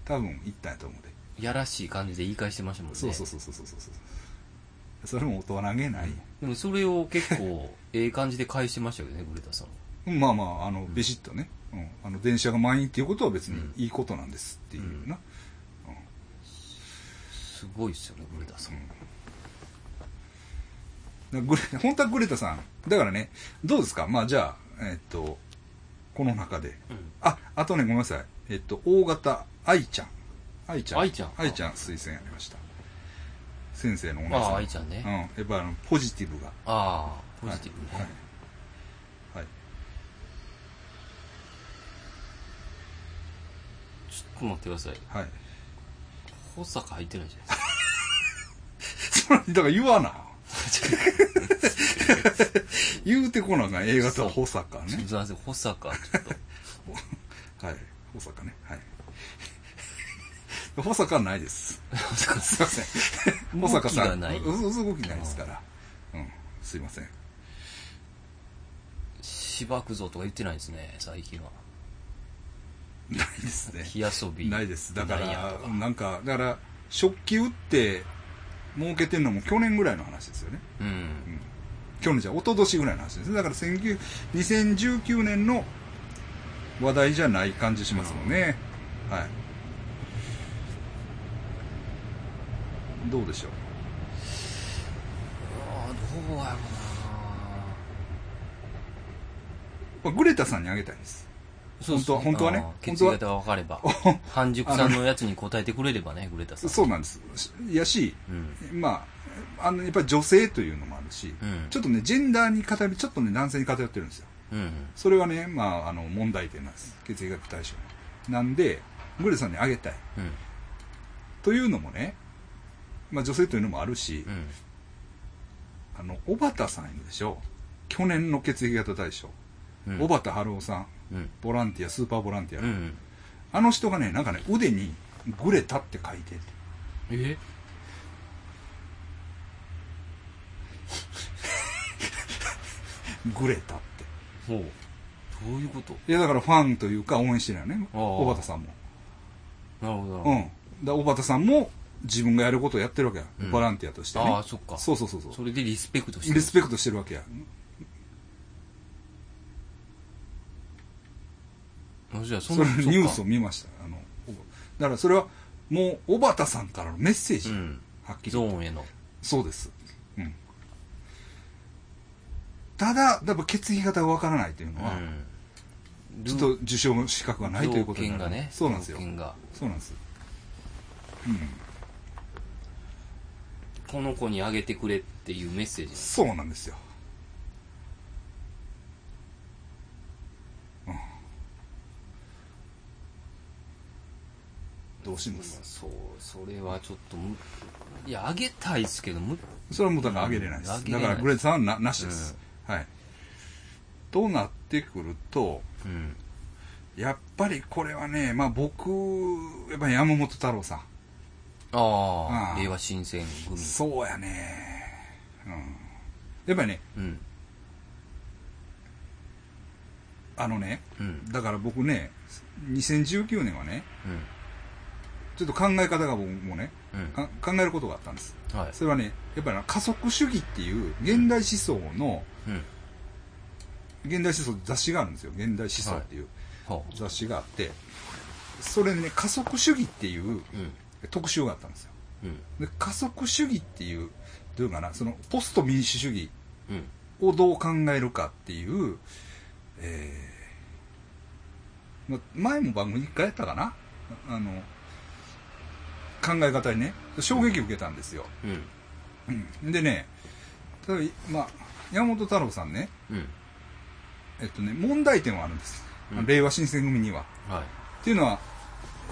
[SPEAKER 1] 多分行ったんやと思うで。
[SPEAKER 2] やらしい感じで言い返してましたもんね
[SPEAKER 1] そうそうそうそうそうそう。それも大人げない。
[SPEAKER 2] でもそれを結構 ええ感じで返してましたけどねグレタさんは
[SPEAKER 1] うんまあまあ、あの、ビシッとね、うん、あの、電車が満員っていうことは別にいいことなんですっていうな。
[SPEAKER 2] すごいっすよねグレタさん
[SPEAKER 1] うんだからグレ本当はグレタさんだからねどうですかまあじゃあえっとこの中で
[SPEAKER 2] うん
[SPEAKER 1] ああとねごめんなさいえっと大型愛ちゃん愛ちゃん
[SPEAKER 2] 愛ちゃん
[SPEAKER 1] 愛ちゃん推薦ありました先生のお姉さん
[SPEAKER 2] ああ愛ちゃんね
[SPEAKER 1] うんやっぱあのポジティブが
[SPEAKER 2] ああポジティブね、
[SPEAKER 1] はい、はいはい
[SPEAKER 2] ちょっと待ってください
[SPEAKER 1] はい、
[SPEAKER 2] 保坂入ってないじゃないですか
[SPEAKER 1] そ れだから言 わな 言うてこなあかん A 型は保坂
[SPEAKER 2] ちょっ
[SPEAKER 1] ね
[SPEAKER 2] とすいません保坂ちょっと
[SPEAKER 1] はい保坂ねはい 保坂はないです
[SPEAKER 2] 保坂
[SPEAKER 1] すいませ ん。保坂さん。
[SPEAKER 2] 動きがないう
[SPEAKER 1] うう動きないですから。うん。すいません。
[SPEAKER 2] しばくぞとか言ってないですね最近は
[SPEAKER 1] ないです ね。
[SPEAKER 2] 火遊び
[SPEAKER 1] ないです。だか
[SPEAKER 2] なんやと
[SPEAKER 1] ら、なんか、だから、食器売って儲けてるのも去年ぐらいの話ですよね。
[SPEAKER 2] う
[SPEAKER 1] うんん。去年じゃ、一昨年ぐらいの話ですね。だから、19 2019年の話題じゃない感じしますもんね。はい。どうでしょう。
[SPEAKER 2] ああどうやろうな
[SPEAKER 1] まあグレタさんにあげたいです。
[SPEAKER 2] そうです
[SPEAKER 1] 本当は本当はね
[SPEAKER 2] ああ
[SPEAKER 1] 本
[SPEAKER 2] 血
[SPEAKER 1] 当
[SPEAKER 2] 液
[SPEAKER 1] は
[SPEAKER 2] 型が分か れば半熟さんのやつに答えてくれればねグレタさん
[SPEAKER 1] そうなんです。しやし、
[SPEAKER 2] うん
[SPEAKER 1] まあ、あのやっぱり女性というのもあるし、
[SPEAKER 2] うん
[SPEAKER 1] ちょっとね、ジェンダーに偏り、ちょっとね、男性に偏ってるんですよ。
[SPEAKER 2] うん
[SPEAKER 1] それはね、まあ、あの問題点なんです。血液学対象なんで、グレさんにあげたい。
[SPEAKER 2] うん
[SPEAKER 1] というのもね、まあ、女性というのもあるし
[SPEAKER 2] う、ん
[SPEAKER 1] あの、小畑さんいるでしょ。去年の血液型大賞。
[SPEAKER 2] うん
[SPEAKER 1] 小畑春夫さん、
[SPEAKER 2] うん
[SPEAKER 1] ボランティア、スーパーボランティア
[SPEAKER 2] う
[SPEAKER 1] の、
[SPEAKER 2] ん
[SPEAKER 1] あの人がね、なんかね、腕にグレタって書いてる。
[SPEAKER 2] え
[SPEAKER 1] グレタって。
[SPEAKER 2] ほうどういうこと
[SPEAKER 1] いや、だからファンというか応援してるよね。
[SPEAKER 2] あー
[SPEAKER 1] 小畑さんも。
[SPEAKER 2] なるほどなるほ
[SPEAKER 1] うん。
[SPEAKER 2] ど
[SPEAKER 1] だから小畑さんも自分がやることをやってるわけや。
[SPEAKER 2] うん
[SPEAKER 1] ボランティアとしてね。
[SPEAKER 2] ああそっか
[SPEAKER 1] そうそうそうそ。
[SPEAKER 2] そうれでリスペクトして
[SPEAKER 1] リスペクトしてるわけや。
[SPEAKER 2] トじゃあそ
[SPEAKER 1] そ
[SPEAKER 2] の
[SPEAKER 1] れニュース
[SPEAKER 2] そ
[SPEAKER 1] を
[SPEAKER 2] っか
[SPEAKER 1] 見ました。あの、おだからそれはもう小畑さんからのメッセージ。
[SPEAKER 2] うん
[SPEAKER 1] はっきり
[SPEAKER 2] ゾ
[SPEAKER 1] と。
[SPEAKER 2] ーンへの
[SPEAKER 1] そうです。うん。ただ、やっぱ血液型がわからないというのは、
[SPEAKER 2] うん
[SPEAKER 1] ちょっと受賞の資格がないということになる
[SPEAKER 2] 条件がね
[SPEAKER 1] そうなんですよ
[SPEAKER 2] 条。件が
[SPEAKER 1] そうなんです。
[SPEAKER 2] この子にあげてくれっていうメッセージ
[SPEAKER 1] そうなんですよ。うん。どうします
[SPEAKER 2] そうそれはちょっとむいやあげたいっすけどむ
[SPEAKER 1] それはもうだから上げれないです。
[SPEAKER 2] うん上げれ
[SPEAKER 1] だ
[SPEAKER 2] ない
[SPEAKER 1] からグレードさんはななしです、はい。となってくると、
[SPEAKER 2] うん
[SPEAKER 1] やっぱりこれはね、まあ僕、やっぱり山本太郎さん。
[SPEAKER 2] あ
[SPEAKER 1] あ
[SPEAKER 2] あ
[SPEAKER 1] あ
[SPEAKER 2] 令和新選組
[SPEAKER 1] そうやね。うん。やっぱりね、
[SPEAKER 2] うん
[SPEAKER 1] あのね、
[SPEAKER 2] うん
[SPEAKER 1] だから僕ね、2019年はね、
[SPEAKER 2] うん
[SPEAKER 1] ちょっと考え方が僕もね、
[SPEAKER 2] うん
[SPEAKER 1] か考えることがあったんです。
[SPEAKER 2] はい
[SPEAKER 1] それはね、やっぱり加速主義っていう現代思想の、
[SPEAKER 2] うん
[SPEAKER 1] 現代思想って雑誌があるんですよ。現代思想っていう
[SPEAKER 2] ほ
[SPEAKER 1] 雑誌があって、それにね、加速主義っていう
[SPEAKER 2] ううん
[SPEAKER 1] 特集があったんですよ。
[SPEAKER 2] うん
[SPEAKER 1] で加速主義っていう、どういうかな、そのポスト民主主義
[SPEAKER 2] うん
[SPEAKER 1] をどう考えるかっていう、えーま、前も番組一回やったかなああの、考え方にね、衝撃を受けたんですよ。
[SPEAKER 2] うん
[SPEAKER 1] うんでね、ただ、いまあ、山本太郎さんね、
[SPEAKER 2] うん
[SPEAKER 1] えっとね、問題点はあるんです。
[SPEAKER 2] うん
[SPEAKER 1] 令和新選組には。
[SPEAKER 2] はい
[SPEAKER 1] っていうのは、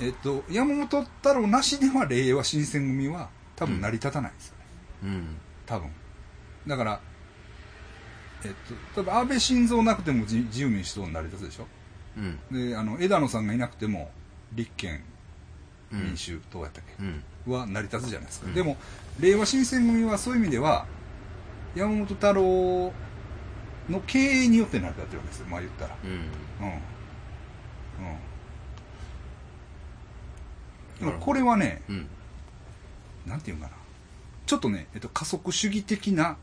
[SPEAKER 1] えっと、山本太郎なしでは令和新選組は多分成り立たないんですよね。
[SPEAKER 2] うん
[SPEAKER 1] 多分。だから、えっと、多分安倍晋三なくても自自由民主党になり立つでしょ。
[SPEAKER 2] うん
[SPEAKER 1] であの枝野さんがいなくても立憲
[SPEAKER 2] うん
[SPEAKER 1] 民主党やったっけ、
[SPEAKER 2] うん
[SPEAKER 1] は成り立つじゃないですか、
[SPEAKER 2] うん
[SPEAKER 1] でも令和新選組はそういう意味では山本太郎の経営によって成り立ってるわけですよまあ言ったら
[SPEAKER 2] うん
[SPEAKER 1] うんうんで
[SPEAKER 2] な
[SPEAKER 1] も
[SPEAKER 2] るほど
[SPEAKER 1] これはね
[SPEAKER 2] うん
[SPEAKER 1] なんていうんかなちょっとね、えっと、加速主義的な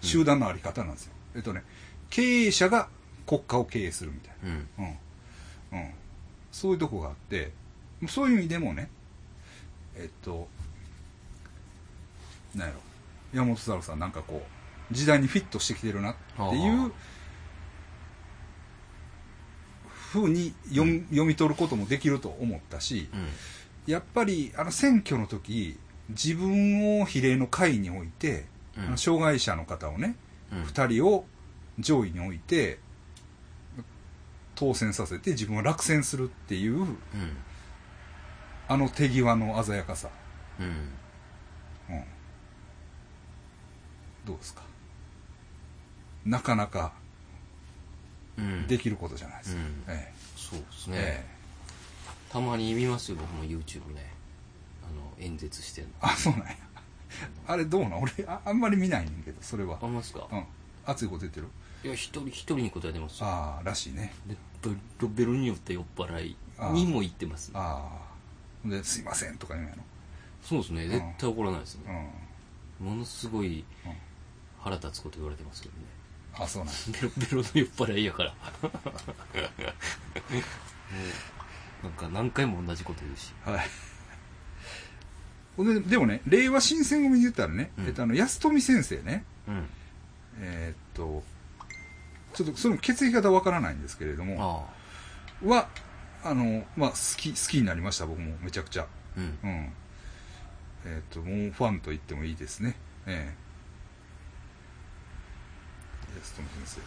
[SPEAKER 1] 集団のあり方なんですよ、えっとね経営者が国家を経営するみたいな
[SPEAKER 2] うん
[SPEAKER 1] うんうん、そういうとこがあってそういう意味でもねえっとなんやろ山本太郎さんなんかこう時代にフィットしてきてるなってい
[SPEAKER 2] あ
[SPEAKER 1] うふうに読み,、読み取ることもできると思ったし
[SPEAKER 2] うん
[SPEAKER 1] やっぱりあの選挙の時自分を比例の会に置いて、
[SPEAKER 2] うん
[SPEAKER 1] あの障害者の方をね、
[SPEAKER 2] うん
[SPEAKER 1] 2人を上位に置いて当選させて自分は落選するっていう
[SPEAKER 2] うん
[SPEAKER 1] あの手際の鮮やかさ、
[SPEAKER 2] うん
[SPEAKER 1] うん、どうですかなかなか
[SPEAKER 2] うん
[SPEAKER 1] できることじゃないですか、
[SPEAKER 2] うん
[SPEAKER 1] え
[SPEAKER 2] そうです
[SPEAKER 1] え
[SPEAKER 2] ね、
[SPEAKER 1] ええ
[SPEAKER 2] たまに見ますよ僕も YouTube ねあの演説してるの
[SPEAKER 1] あそうなんやあれどうなん俺ああんまり見ないねんけどそれは
[SPEAKER 2] あんますか
[SPEAKER 1] うん熱いこと言ってる
[SPEAKER 2] いや一人一人に答えてますよ
[SPEAKER 1] ああらしいね
[SPEAKER 2] でベロベロによって酔っ払いにも行ってますね
[SPEAKER 1] ああですいませんとか言うんやろ
[SPEAKER 2] そうですね絶対怒らないです
[SPEAKER 1] う
[SPEAKER 2] ね、
[SPEAKER 1] ん
[SPEAKER 2] ものすごい
[SPEAKER 1] うん
[SPEAKER 2] 腹立つこと言われてますけどね
[SPEAKER 1] あそうなんや
[SPEAKER 2] ベロベロの酔っ払いやから もうなんか何回も同じこと言うし
[SPEAKER 1] はい。ででもね、令和新選組で言ったらね、
[SPEAKER 2] うん
[SPEAKER 1] えっと、あの、安富先生ね、
[SPEAKER 2] うん
[SPEAKER 1] えーっと、ちょっとその血液型わからないんですけれども、
[SPEAKER 2] ああ
[SPEAKER 1] は、あの、まあ、好き、好きになりました、僕も、めちゃくちゃ。
[SPEAKER 2] うん
[SPEAKER 1] うん。えーっと、もうファンと言ってもいいですね。ええ安富先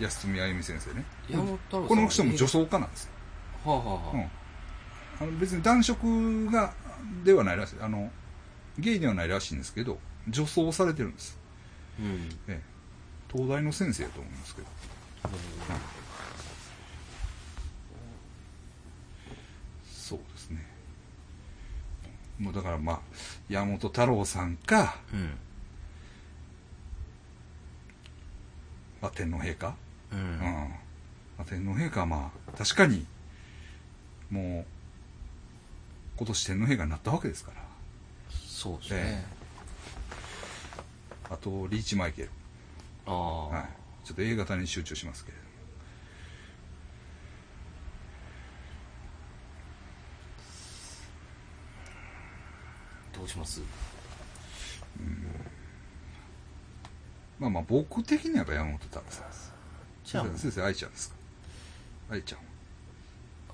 [SPEAKER 1] 生。安富あゆみ先生ね。
[SPEAKER 2] 山本太郎さん
[SPEAKER 1] この人も女装家なんですよ
[SPEAKER 2] はあはあ
[SPEAKER 1] う
[SPEAKER 2] は
[SPEAKER 1] ん、あの別に男色がではないらしいあのゲイではないらしいんですけど女装されてるんです、
[SPEAKER 2] あうん
[SPEAKER 1] ええ、東大の先生だと思いますけどそうですねもうだからまあ山本太郎さんか、
[SPEAKER 2] うん
[SPEAKER 1] まあ、天皇陛下、う
[SPEAKER 2] う
[SPEAKER 1] ん
[SPEAKER 2] ん
[SPEAKER 1] まあ、天皇陛下はまあ確かにもう今年天皇陛下になったわけですから
[SPEAKER 2] そうですね、
[SPEAKER 1] あとリーチマイケル
[SPEAKER 2] ああ、
[SPEAKER 1] はい、ちょっと A 型に集中しますけれども
[SPEAKER 2] どうします
[SPEAKER 1] まあまあ僕的にはやっぱ山本太郎さんです
[SPEAKER 2] じゃあ
[SPEAKER 1] 先生先生愛ちゃんですか愛ちゃん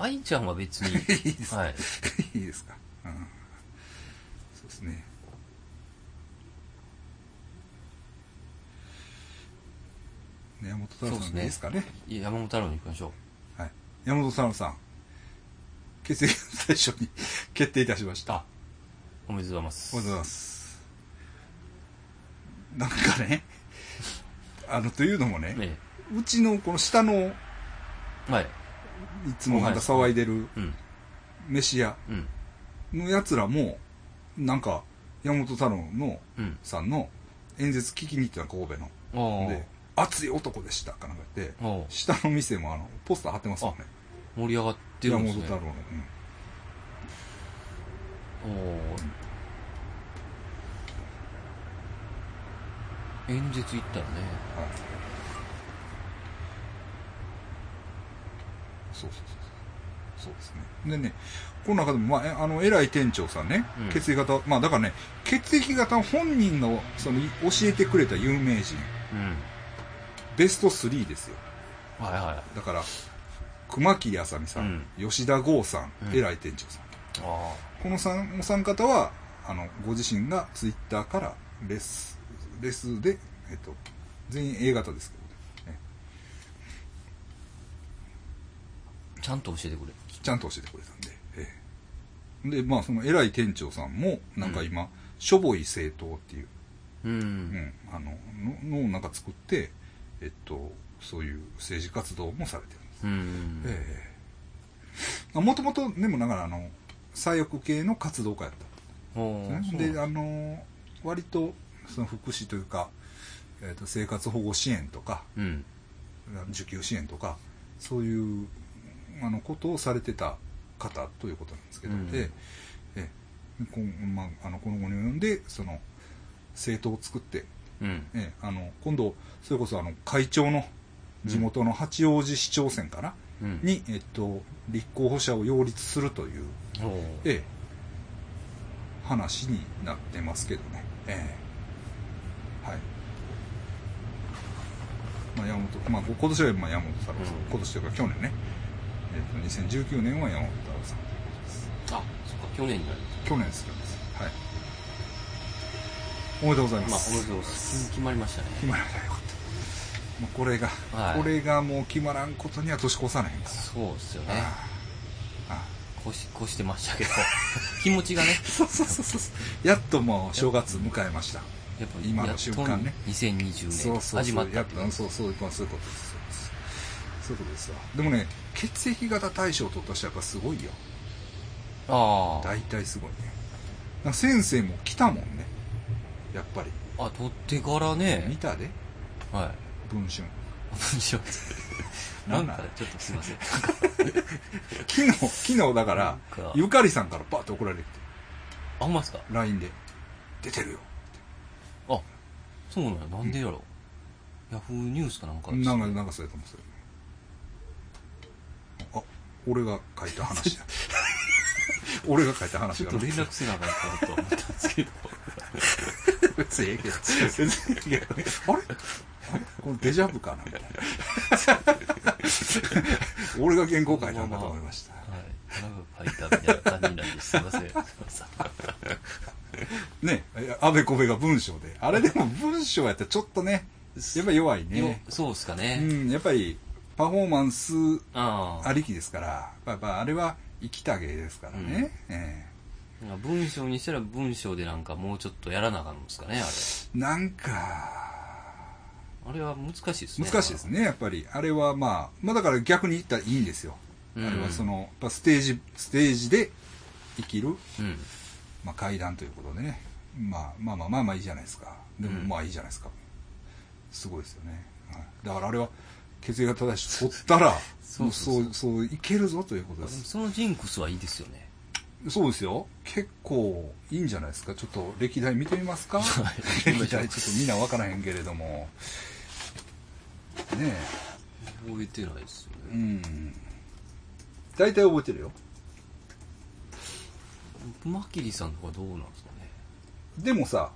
[SPEAKER 2] 愛ちゃんは別に
[SPEAKER 1] いいです
[SPEAKER 2] はい、
[SPEAKER 1] いいですか、うん、そうですねね山本太郎さんでいいですかね
[SPEAKER 2] いや山本太郎に行きましょう
[SPEAKER 1] はい、山本太郎さん決意最初に決定いたしました
[SPEAKER 2] あおめでとうございます
[SPEAKER 1] おはようございますなんかねあのというのもね、
[SPEAKER 2] ね
[SPEAKER 1] うちのこの下の
[SPEAKER 2] はい
[SPEAKER 1] いつもまた騒いでる
[SPEAKER 2] うん
[SPEAKER 1] 飯屋
[SPEAKER 2] うん
[SPEAKER 1] のやつらもなんか山本太郎の
[SPEAKER 2] うん
[SPEAKER 1] さんの演説聞きに行ってた神戸の
[SPEAKER 2] ああ
[SPEAKER 1] で「熱い男でした」かなんか言って
[SPEAKER 2] おう
[SPEAKER 1] 下の店もあのポスター貼ってますもんね
[SPEAKER 2] 盛り上がってる
[SPEAKER 1] 山
[SPEAKER 2] んで
[SPEAKER 1] 本
[SPEAKER 2] すね
[SPEAKER 1] 太郎の、
[SPEAKER 2] おー演説行ったらね
[SPEAKER 1] うんはい、そうそうそうそうそうですねでねこの中でも、まあえ、あの偉い店長さんね、
[SPEAKER 2] うん
[SPEAKER 1] 血液型まあだからね血液型本人のその教えてくれた有名人
[SPEAKER 2] うん
[SPEAKER 1] ベスト3ですよ
[SPEAKER 2] はいはい
[SPEAKER 1] だから熊切あさみさん、吉田剛さん、
[SPEAKER 2] うん
[SPEAKER 1] 偉い店長さん
[SPEAKER 2] あ
[SPEAKER 1] この三お三方はあのご自身がツイッターからレスレスで、えっと、全員 A 型ですけどねね
[SPEAKER 2] あちゃんと教えてくれ
[SPEAKER 1] ちゃんと教えてくれたんで、ええでまあその偉い店長さんもなんか今、しょぼい政党っていう、
[SPEAKER 2] うん、
[SPEAKER 1] うん、あのののをなんか作ってえっとそういう政治活動もされてるんです
[SPEAKER 2] うん
[SPEAKER 1] ええもともとでもだからあの左翼系の活動家やった
[SPEAKER 2] おーそうなん
[SPEAKER 1] であの割とその福祉というか、えー、と生活保護支援とか
[SPEAKER 2] うん
[SPEAKER 1] 受給支援とかそういうあのことをされてた方ということなんですけど、
[SPEAKER 2] うん
[SPEAKER 1] でえこ,、まあ、あのこの後に及んでその政党を作って、
[SPEAKER 2] うん
[SPEAKER 1] えあの今度それこそあの会長の地元の八王子市長選かな、
[SPEAKER 2] うん
[SPEAKER 1] に、えっと、立候補者を擁立するという、
[SPEAKER 2] おー
[SPEAKER 1] ええ話になってますけどね、ええはいまあ、山本、まあ、今年はまあ山本太郎さん、
[SPEAKER 2] うん
[SPEAKER 1] 今年というか去年ね、えっと2019年は山本太郎さんということです
[SPEAKER 2] あそっか去年になり
[SPEAKER 1] 去年ですけどはいおめでとうございま、
[SPEAKER 2] ますすまあおめでとうございます決まりましたね
[SPEAKER 1] 決まらなかった、まあ、これが、
[SPEAKER 2] はい
[SPEAKER 1] これがもう決まらんことには年越さないんです
[SPEAKER 2] そうっすよね
[SPEAKER 1] ああああ
[SPEAKER 2] こしこしてましたけど 気持ちがね
[SPEAKER 1] そうそうそうそうやっともう正月迎えました
[SPEAKER 2] やっぱ
[SPEAKER 1] 今の瞬間ね
[SPEAKER 2] やっと2020
[SPEAKER 1] そう
[SPEAKER 2] 年
[SPEAKER 1] そう
[SPEAKER 2] 始
[SPEAKER 1] そ
[SPEAKER 2] まっ
[SPEAKER 1] うや
[SPEAKER 2] た
[SPEAKER 1] っぱそうそうまあそういうことですそういうことですそういうことですわでもね血液型大賞を取った人はやっぱすごいよ
[SPEAKER 2] あ
[SPEAKER 1] 大体すごいねなんか先生も来たもんねやっぱり
[SPEAKER 2] ああ取ってから
[SPEAKER 1] 見
[SPEAKER 2] ね
[SPEAKER 1] たで
[SPEAKER 2] はい
[SPEAKER 1] 文春
[SPEAKER 2] 文章
[SPEAKER 1] な
[SPEAKER 2] なんん
[SPEAKER 1] なん
[SPEAKER 2] かちょっとすいません
[SPEAKER 1] 昨日昨日だから
[SPEAKER 2] なんか
[SPEAKER 1] ゆかりさんからバッと怒られて
[SPEAKER 2] あほんまっすか
[SPEAKER 1] LINE で出てるよ
[SPEAKER 2] あそうなんやなんでやろヤフーニュースかなんか
[SPEAKER 1] なんかなんかそれともそれあ俺が書いた話 だ俺が書いた話
[SPEAKER 2] ちょ
[SPEAKER 1] だ
[SPEAKER 2] っと連絡せなあかんと思ったんです けど
[SPEAKER 1] 別にええけどあれあれこのデジャブかなみたいな俺が原稿書いたんだと思いました、
[SPEAKER 2] はいなんか書いたみたいな感じになってすい ませんすいません
[SPEAKER 1] ねえあべこべが文章であれでも文章やったらちょっとねやっぱ弱い
[SPEAKER 2] よ
[SPEAKER 1] ね
[SPEAKER 2] そうっすか
[SPEAKER 1] う
[SPEAKER 2] ね、
[SPEAKER 1] んやっぱりパフォーマンス
[SPEAKER 2] ああ
[SPEAKER 1] ありきですからやっぱあれは生きた芸ですからね、え
[SPEAKER 2] なんか文章にしたら文章でなんかもうちょっとやらなあかんんですかねあ
[SPEAKER 1] えなんか
[SPEAKER 2] れあれは難しいですね
[SPEAKER 1] 難しいですねやっぱりあれはまあまあだから逆に言ったらいいんですよ、
[SPEAKER 2] うん
[SPEAKER 1] あれはそのやっぱステージステージで生きる、
[SPEAKER 2] うん
[SPEAKER 1] まあ、階段ということでね、まあ、まあまあまあまあいいじゃないですかでも
[SPEAKER 2] うん
[SPEAKER 1] まあいいじゃないですか、すごいですよね、はいだからあれは血液が正しく取ったら
[SPEAKER 2] そうそうそう
[SPEAKER 1] もうそうそういけるぞということ
[SPEAKER 2] で
[SPEAKER 1] で
[SPEAKER 2] も
[SPEAKER 1] す
[SPEAKER 2] そのジンクスはいいですよね
[SPEAKER 1] そうですよ結構いいんじゃないですかちょっと歴代見てみますか
[SPEAKER 2] い
[SPEAKER 1] 歴代ちょっとみんな分からへんけれどもねえ
[SPEAKER 2] 覚えてないですよ
[SPEAKER 1] う
[SPEAKER 2] ね
[SPEAKER 1] ん大体覚えてるよ
[SPEAKER 2] マキリさんとかどうなんですかね
[SPEAKER 1] でもさ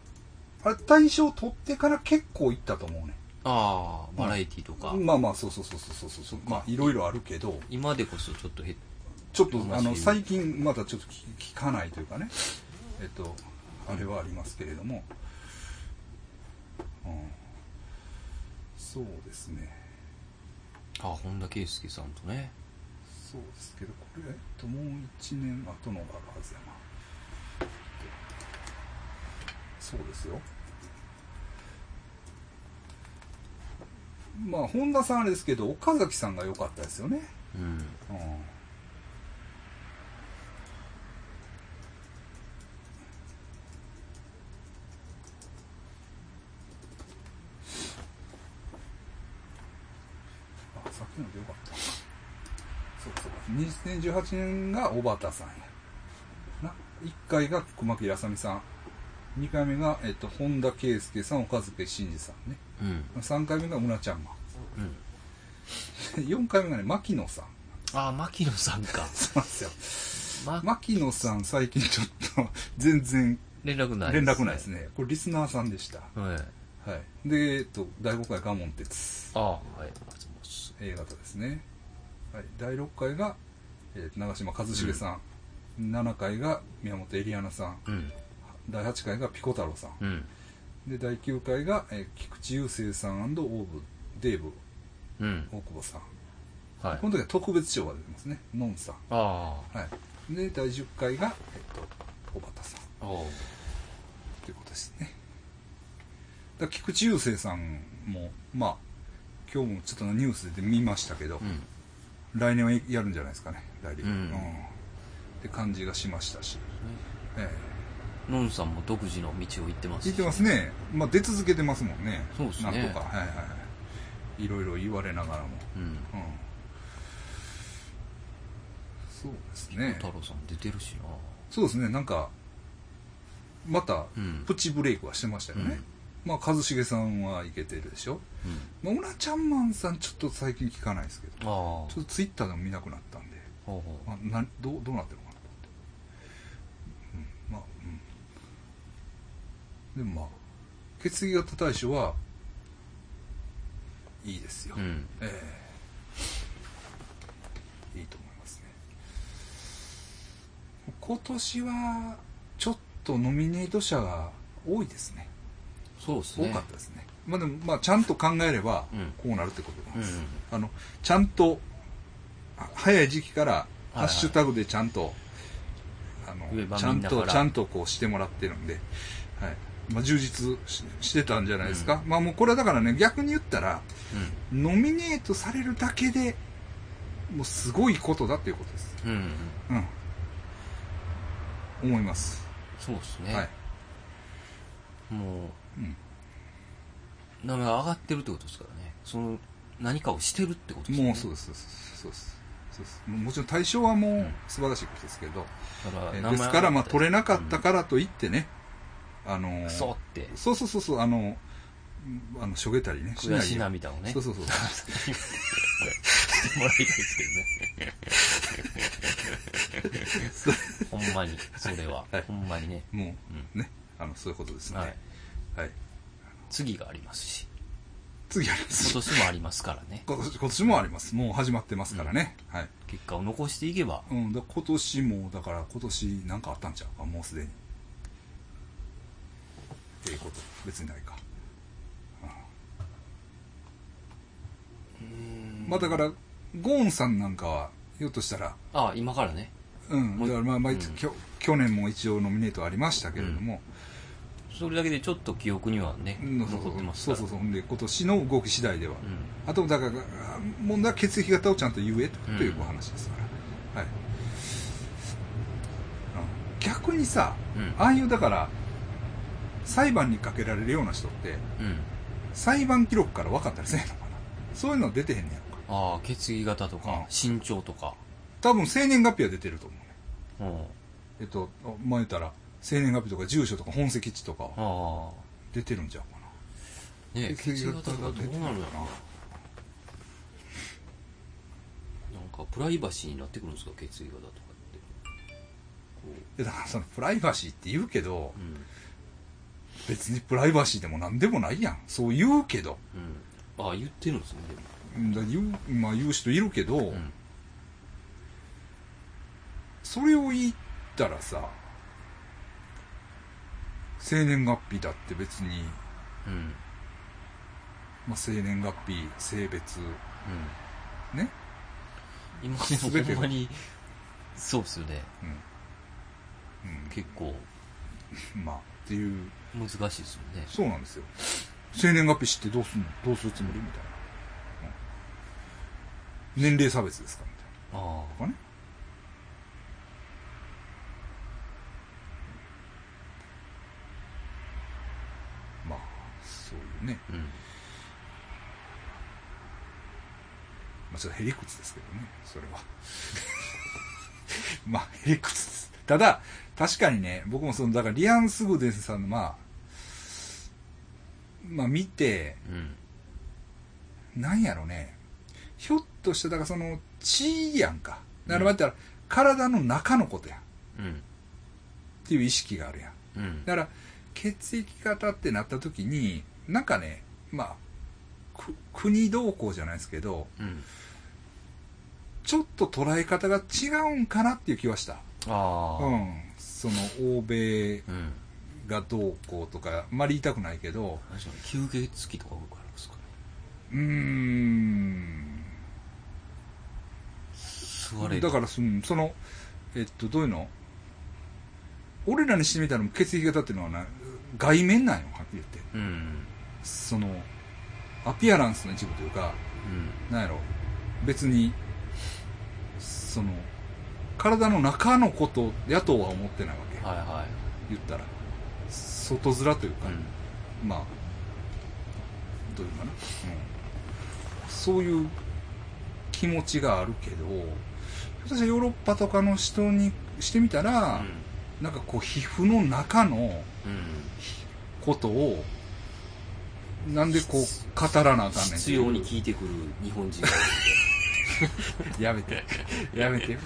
[SPEAKER 1] あれ大賞取ってから結構いったと思うね
[SPEAKER 2] ああバラエティとか、
[SPEAKER 1] まあまあそうそうそうそうそうそうまあいろいろあるけど
[SPEAKER 2] 今でこそちょっと減っ
[SPEAKER 1] ちょっと
[SPEAKER 2] まあ
[SPEAKER 1] あの
[SPEAKER 2] そういう
[SPEAKER 1] 最近まだちょっと聞聞かないというかねえっとあれはありますけれども、うん、そうですね
[SPEAKER 2] あ本田圭佑さんとね
[SPEAKER 1] そうですけどこれえっともう1年後のがあるはずやなそうですよまあ本田さんあれですけど岡崎さんが良かったですよね
[SPEAKER 2] うん
[SPEAKER 1] うんあさっきのでよかったなそうかそうか2018年が小畑さんやな1回が熊木あさみさん2回目が、えっと、本田圭佑さん岡漬慎二さんね
[SPEAKER 2] うん
[SPEAKER 1] 3回目がうなちゃんま
[SPEAKER 2] うん
[SPEAKER 1] 4回目がね牧野さん
[SPEAKER 2] ああ牧野さんか
[SPEAKER 1] そうなんですよ
[SPEAKER 2] ま
[SPEAKER 1] 牧野さん最近ちょっと全然
[SPEAKER 2] 連絡ない
[SPEAKER 1] 連絡ないですねこれリスナーさんでした
[SPEAKER 2] はい
[SPEAKER 1] はいでえっと第5回が「門鉄
[SPEAKER 2] ああはい松本さん
[SPEAKER 1] A 型ですね、はい、第6回が、えー長嶋一茂さん、7回が宮本エリアナさん
[SPEAKER 2] うん
[SPEAKER 1] 第8回がピコ太郎さん
[SPEAKER 2] うん
[SPEAKER 1] で第9回が、えー菊池雄星さんオーブデーブ
[SPEAKER 2] うん
[SPEAKER 1] 大久保さん
[SPEAKER 2] はい
[SPEAKER 1] この時は特別賞が出てますねのんさん
[SPEAKER 2] あ
[SPEAKER 1] はいで第10回が、えっと小畑さん
[SPEAKER 2] あおう
[SPEAKER 1] ということですねだから菊池雄星さんもまあ今日もちょっとニュースで見ましたけど、
[SPEAKER 2] うん
[SPEAKER 1] 来年はやるんじゃないですかね代理、
[SPEAKER 2] うん
[SPEAKER 1] って感じがしましたし、え
[SPEAKER 2] ノンさんも独自の道を行ってま
[SPEAKER 1] え
[SPEAKER 2] す
[SPEAKER 1] 聞いてますね、まあ、出続けてますもんね
[SPEAKER 2] そうですね
[SPEAKER 1] なんとかはいはいはいいろいろ言われながらも、
[SPEAKER 2] うん
[SPEAKER 1] うん、そうですね
[SPEAKER 2] 太郎さんも出てるしな
[SPEAKER 1] そうですねなんかまた
[SPEAKER 2] うん
[SPEAKER 1] プチブレイクはしてましたよね、まあ一茂さんはいけてるでしょ
[SPEAKER 2] う
[SPEAKER 1] 野
[SPEAKER 2] ん
[SPEAKER 1] 村ちゃんマンさんちょっと最近聞かないですけど
[SPEAKER 2] ああほ
[SPEAKER 1] ちょっとツイッターでも見なくなったんで
[SPEAKER 2] うほう
[SPEAKER 1] あなどうどうなってるのかなと思って、うん、まあうんでもまあ血液型対象はいいですよ、
[SPEAKER 2] うん
[SPEAKER 1] ええいいと思いますね今年はちょっとノミネート者が多いですね
[SPEAKER 2] そうです
[SPEAKER 1] 多
[SPEAKER 2] ね
[SPEAKER 1] かったですねまあでもまあちゃんと考えれば
[SPEAKER 2] うん
[SPEAKER 1] こうなるってことなんです、
[SPEAKER 2] うん
[SPEAKER 1] あのちゃんとあ早い時期から
[SPEAKER 2] い
[SPEAKER 1] ハッシュタグでちゃんと、
[SPEAKER 2] 上
[SPEAKER 1] あの
[SPEAKER 2] 場
[SPEAKER 1] ちゃ
[SPEAKER 2] み
[SPEAKER 1] ん
[SPEAKER 2] んなか
[SPEAKER 1] と
[SPEAKER 2] ら
[SPEAKER 1] ちゃんとこうしてもらってるんで、はいまあ、充実ししてたんじゃないですか、まあもうこれはだからね逆に言ったらノミネートされるだけでもうすごいことだっていうことです
[SPEAKER 2] うんうん
[SPEAKER 1] うん思います、
[SPEAKER 2] そうですね、
[SPEAKER 1] はい、
[SPEAKER 2] も
[SPEAKER 1] うん、
[SPEAKER 2] う名前上がってるってことですからねその何かをしてるってことですよね
[SPEAKER 1] もうそうですそうですそうですもうもちろん対象はもう素晴らしいことですけど、
[SPEAKER 2] だから
[SPEAKER 1] え
[SPEAKER 2] 名
[SPEAKER 1] ー
[SPEAKER 2] 前
[SPEAKER 1] ですからまあ取れなかったからといってね、あのー
[SPEAKER 2] クソって
[SPEAKER 1] そうそうそうそうあのうんあのしょげたりね
[SPEAKER 2] 悔し
[SPEAKER 1] ないよ
[SPEAKER 2] 涙をね
[SPEAKER 1] そうそうそう
[SPEAKER 2] もらいたいですけどね ほんまにそれは、
[SPEAKER 1] はい
[SPEAKER 2] ほんまにね、
[SPEAKER 1] も
[SPEAKER 2] うん
[SPEAKER 1] うねあのそういうことですね
[SPEAKER 2] は
[SPEAKER 1] はいい、、
[SPEAKER 2] 次がありますし
[SPEAKER 1] 次ありま
[SPEAKER 2] 今
[SPEAKER 1] す
[SPEAKER 2] 年もありますからね
[SPEAKER 1] 今年今年もありますもう始まってますからね、はい
[SPEAKER 2] 結果を残していけば
[SPEAKER 1] うん、だから今年もだから今年なんかあったんちゃうかもうすでにっていうこと別にないか、うんまあだからゴーンさんなんかはひょっとしたら
[SPEAKER 2] ああ今からね
[SPEAKER 1] うん
[SPEAKER 2] もう
[SPEAKER 1] だからまあ、まあ
[SPEAKER 2] うん
[SPEAKER 1] きょ去年も一応ノミネートありましたけれども、
[SPEAKER 2] それだけでちょっと記憶にはね、
[SPEAKER 1] うん
[SPEAKER 2] 残ってます
[SPEAKER 1] そうそうそうほんで今年の動き次第では、
[SPEAKER 2] うん
[SPEAKER 1] あとだからあ問題は血液型をちゃんと言えというお話ですから、はいうん逆にさ、
[SPEAKER 2] うん
[SPEAKER 1] ああいうだから裁判にかけられるような人って
[SPEAKER 2] うん
[SPEAKER 1] 裁判記録から分かったりせえへんのかなそういうのは出てへんねやろか
[SPEAKER 2] ああ血液型と
[SPEAKER 1] うん
[SPEAKER 2] か身長とか
[SPEAKER 1] 多分生年月日は出てると思うね
[SPEAKER 2] うん
[SPEAKER 1] えっと前言ったら生年月日とか住所とか本籍地とかは
[SPEAKER 2] ああ
[SPEAKER 1] 出てるんちゃうかな
[SPEAKER 2] ね血
[SPEAKER 1] 血
[SPEAKER 2] 液
[SPEAKER 1] 液型
[SPEAKER 2] 型がどう
[SPEAKER 1] が
[SPEAKER 2] な
[SPEAKER 1] 出
[SPEAKER 2] る
[SPEAKER 1] てる
[SPEAKER 2] んだろうななんかプライバシーになってくるんですか血液型とかって
[SPEAKER 1] でだからそのプライバシーって言うけど
[SPEAKER 2] うん、
[SPEAKER 1] 別にプライバシーでも何でもないやんそう言うけど
[SPEAKER 2] うん、ああ言ってるんですねでも
[SPEAKER 1] うんだから言う,、まあ、言う人いるけど、
[SPEAKER 2] うん
[SPEAKER 1] それを言ったらさ生年月日だって別に、
[SPEAKER 2] うん
[SPEAKER 1] まあ、生年月日性別ね、
[SPEAKER 2] うん今で
[SPEAKER 1] 全
[SPEAKER 2] もほ
[SPEAKER 1] て
[SPEAKER 2] ん
[SPEAKER 1] が
[SPEAKER 2] まにそうっすよね
[SPEAKER 1] うん
[SPEAKER 2] 結構
[SPEAKER 1] うん、まあっていう
[SPEAKER 2] 難しいですよね
[SPEAKER 1] そうなんですよ生年月日知ってどうすんのどうするつもりみたいな、うん年齢差別ですかみたいな
[SPEAKER 2] あ
[SPEAKER 1] とかねまあそういうね、
[SPEAKER 2] あうん
[SPEAKER 1] まあ、ちょっとへりくつですけどねそれは まあへりくつですただ確かにね僕もそのだからリアン・スグデンさんのまあまあ見て
[SPEAKER 2] うん
[SPEAKER 1] なんやろねひょっとしてだからその血やんかだからまあ言ったら体の中のことやんっ
[SPEAKER 2] うん
[SPEAKER 1] ていう意識があるやん
[SPEAKER 2] うん
[SPEAKER 1] だから血液型ってなった時になんかねまあく国同行じゃないですけど
[SPEAKER 2] うん
[SPEAKER 1] ちょっと捉え方が違うんかなっていう気はした、
[SPEAKER 2] ああ
[SPEAKER 1] うん、その欧米
[SPEAKER 2] うん
[SPEAKER 1] がどうこうとかあんまり言いたくないけど
[SPEAKER 2] あれじゃない吸血鬼とかおるからですかね
[SPEAKER 1] うーん
[SPEAKER 2] 吸われる
[SPEAKER 1] だからそのそのえっとどういうの俺らにしてみたら血液型っていうのはな外面なんよはっきり言って
[SPEAKER 2] うん
[SPEAKER 1] そのアピアランスの一部というか
[SPEAKER 2] うん
[SPEAKER 1] なんやろ別にその体の中のことやとは思ってないわけ
[SPEAKER 2] はいは
[SPEAKER 1] 言ったら外面という
[SPEAKER 2] い、
[SPEAKER 1] か、
[SPEAKER 2] うん
[SPEAKER 1] まあどういうかな、うん、そういう気持ちがあるけど私はヨーロッパとかの人にしてみたら、なんかこう皮膚の中の
[SPEAKER 2] うん
[SPEAKER 1] ことをなんでこう語らなあかんねんって
[SPEAKER 2] 必
[SPEAKER 1] いう
[SPEAKER 2] 要に聞いてくる日本人
[SPEAKER 1] やめ て。やめてよ。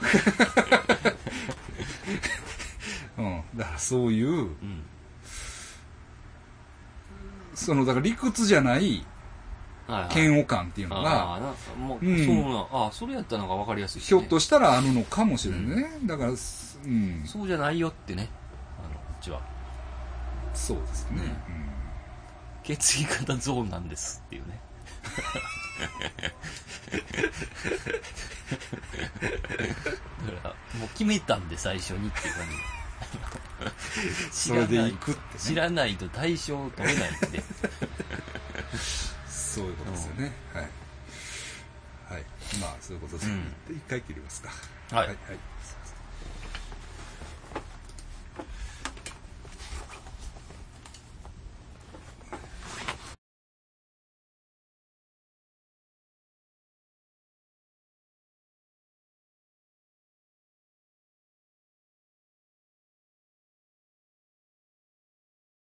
[SPEAKER 1] うん。だからそういう、
[SPEAKER 2] うん
[SPEAKER 1] その、だから理屈じゃない
[SPEAKER 2] はいはい
[SPEAKER 1] 嫌悪感っていうの
[SPEAKER 2] ああ
[SPEAKER 1] が、
[SPEAKER 2] なもう、
[SPEAKER 1] うん
[SPEAKER 2] そうなあそれやったのが分かりやすい、ね、
[SPEAKER 1] ひょっとしたらあるのかもしれないね。だから、すうん。
[SPEAKER 2] そうじゃないよってねあのこっちは
[SPEAKER 1] そうですね。
[SPEAKER 2] 血液型ゾーンなんですっていうねだからもう決めたんで最初にっていう感じ
[SPEAKER 1] それで行くってね
[SPEAKER 2] 知らないと対象取れないんで
[SPEAKER 1] そういうことですよね。はい。はい。まあ、そういうことです
[SPEAKER 2] う
[SPEAKER 1] ね
[SPEAKER 2] ん。
[SPEAKER 1] で一回切りますか。
[SPEAKER 2] はい
[SPEAKER 1] はい。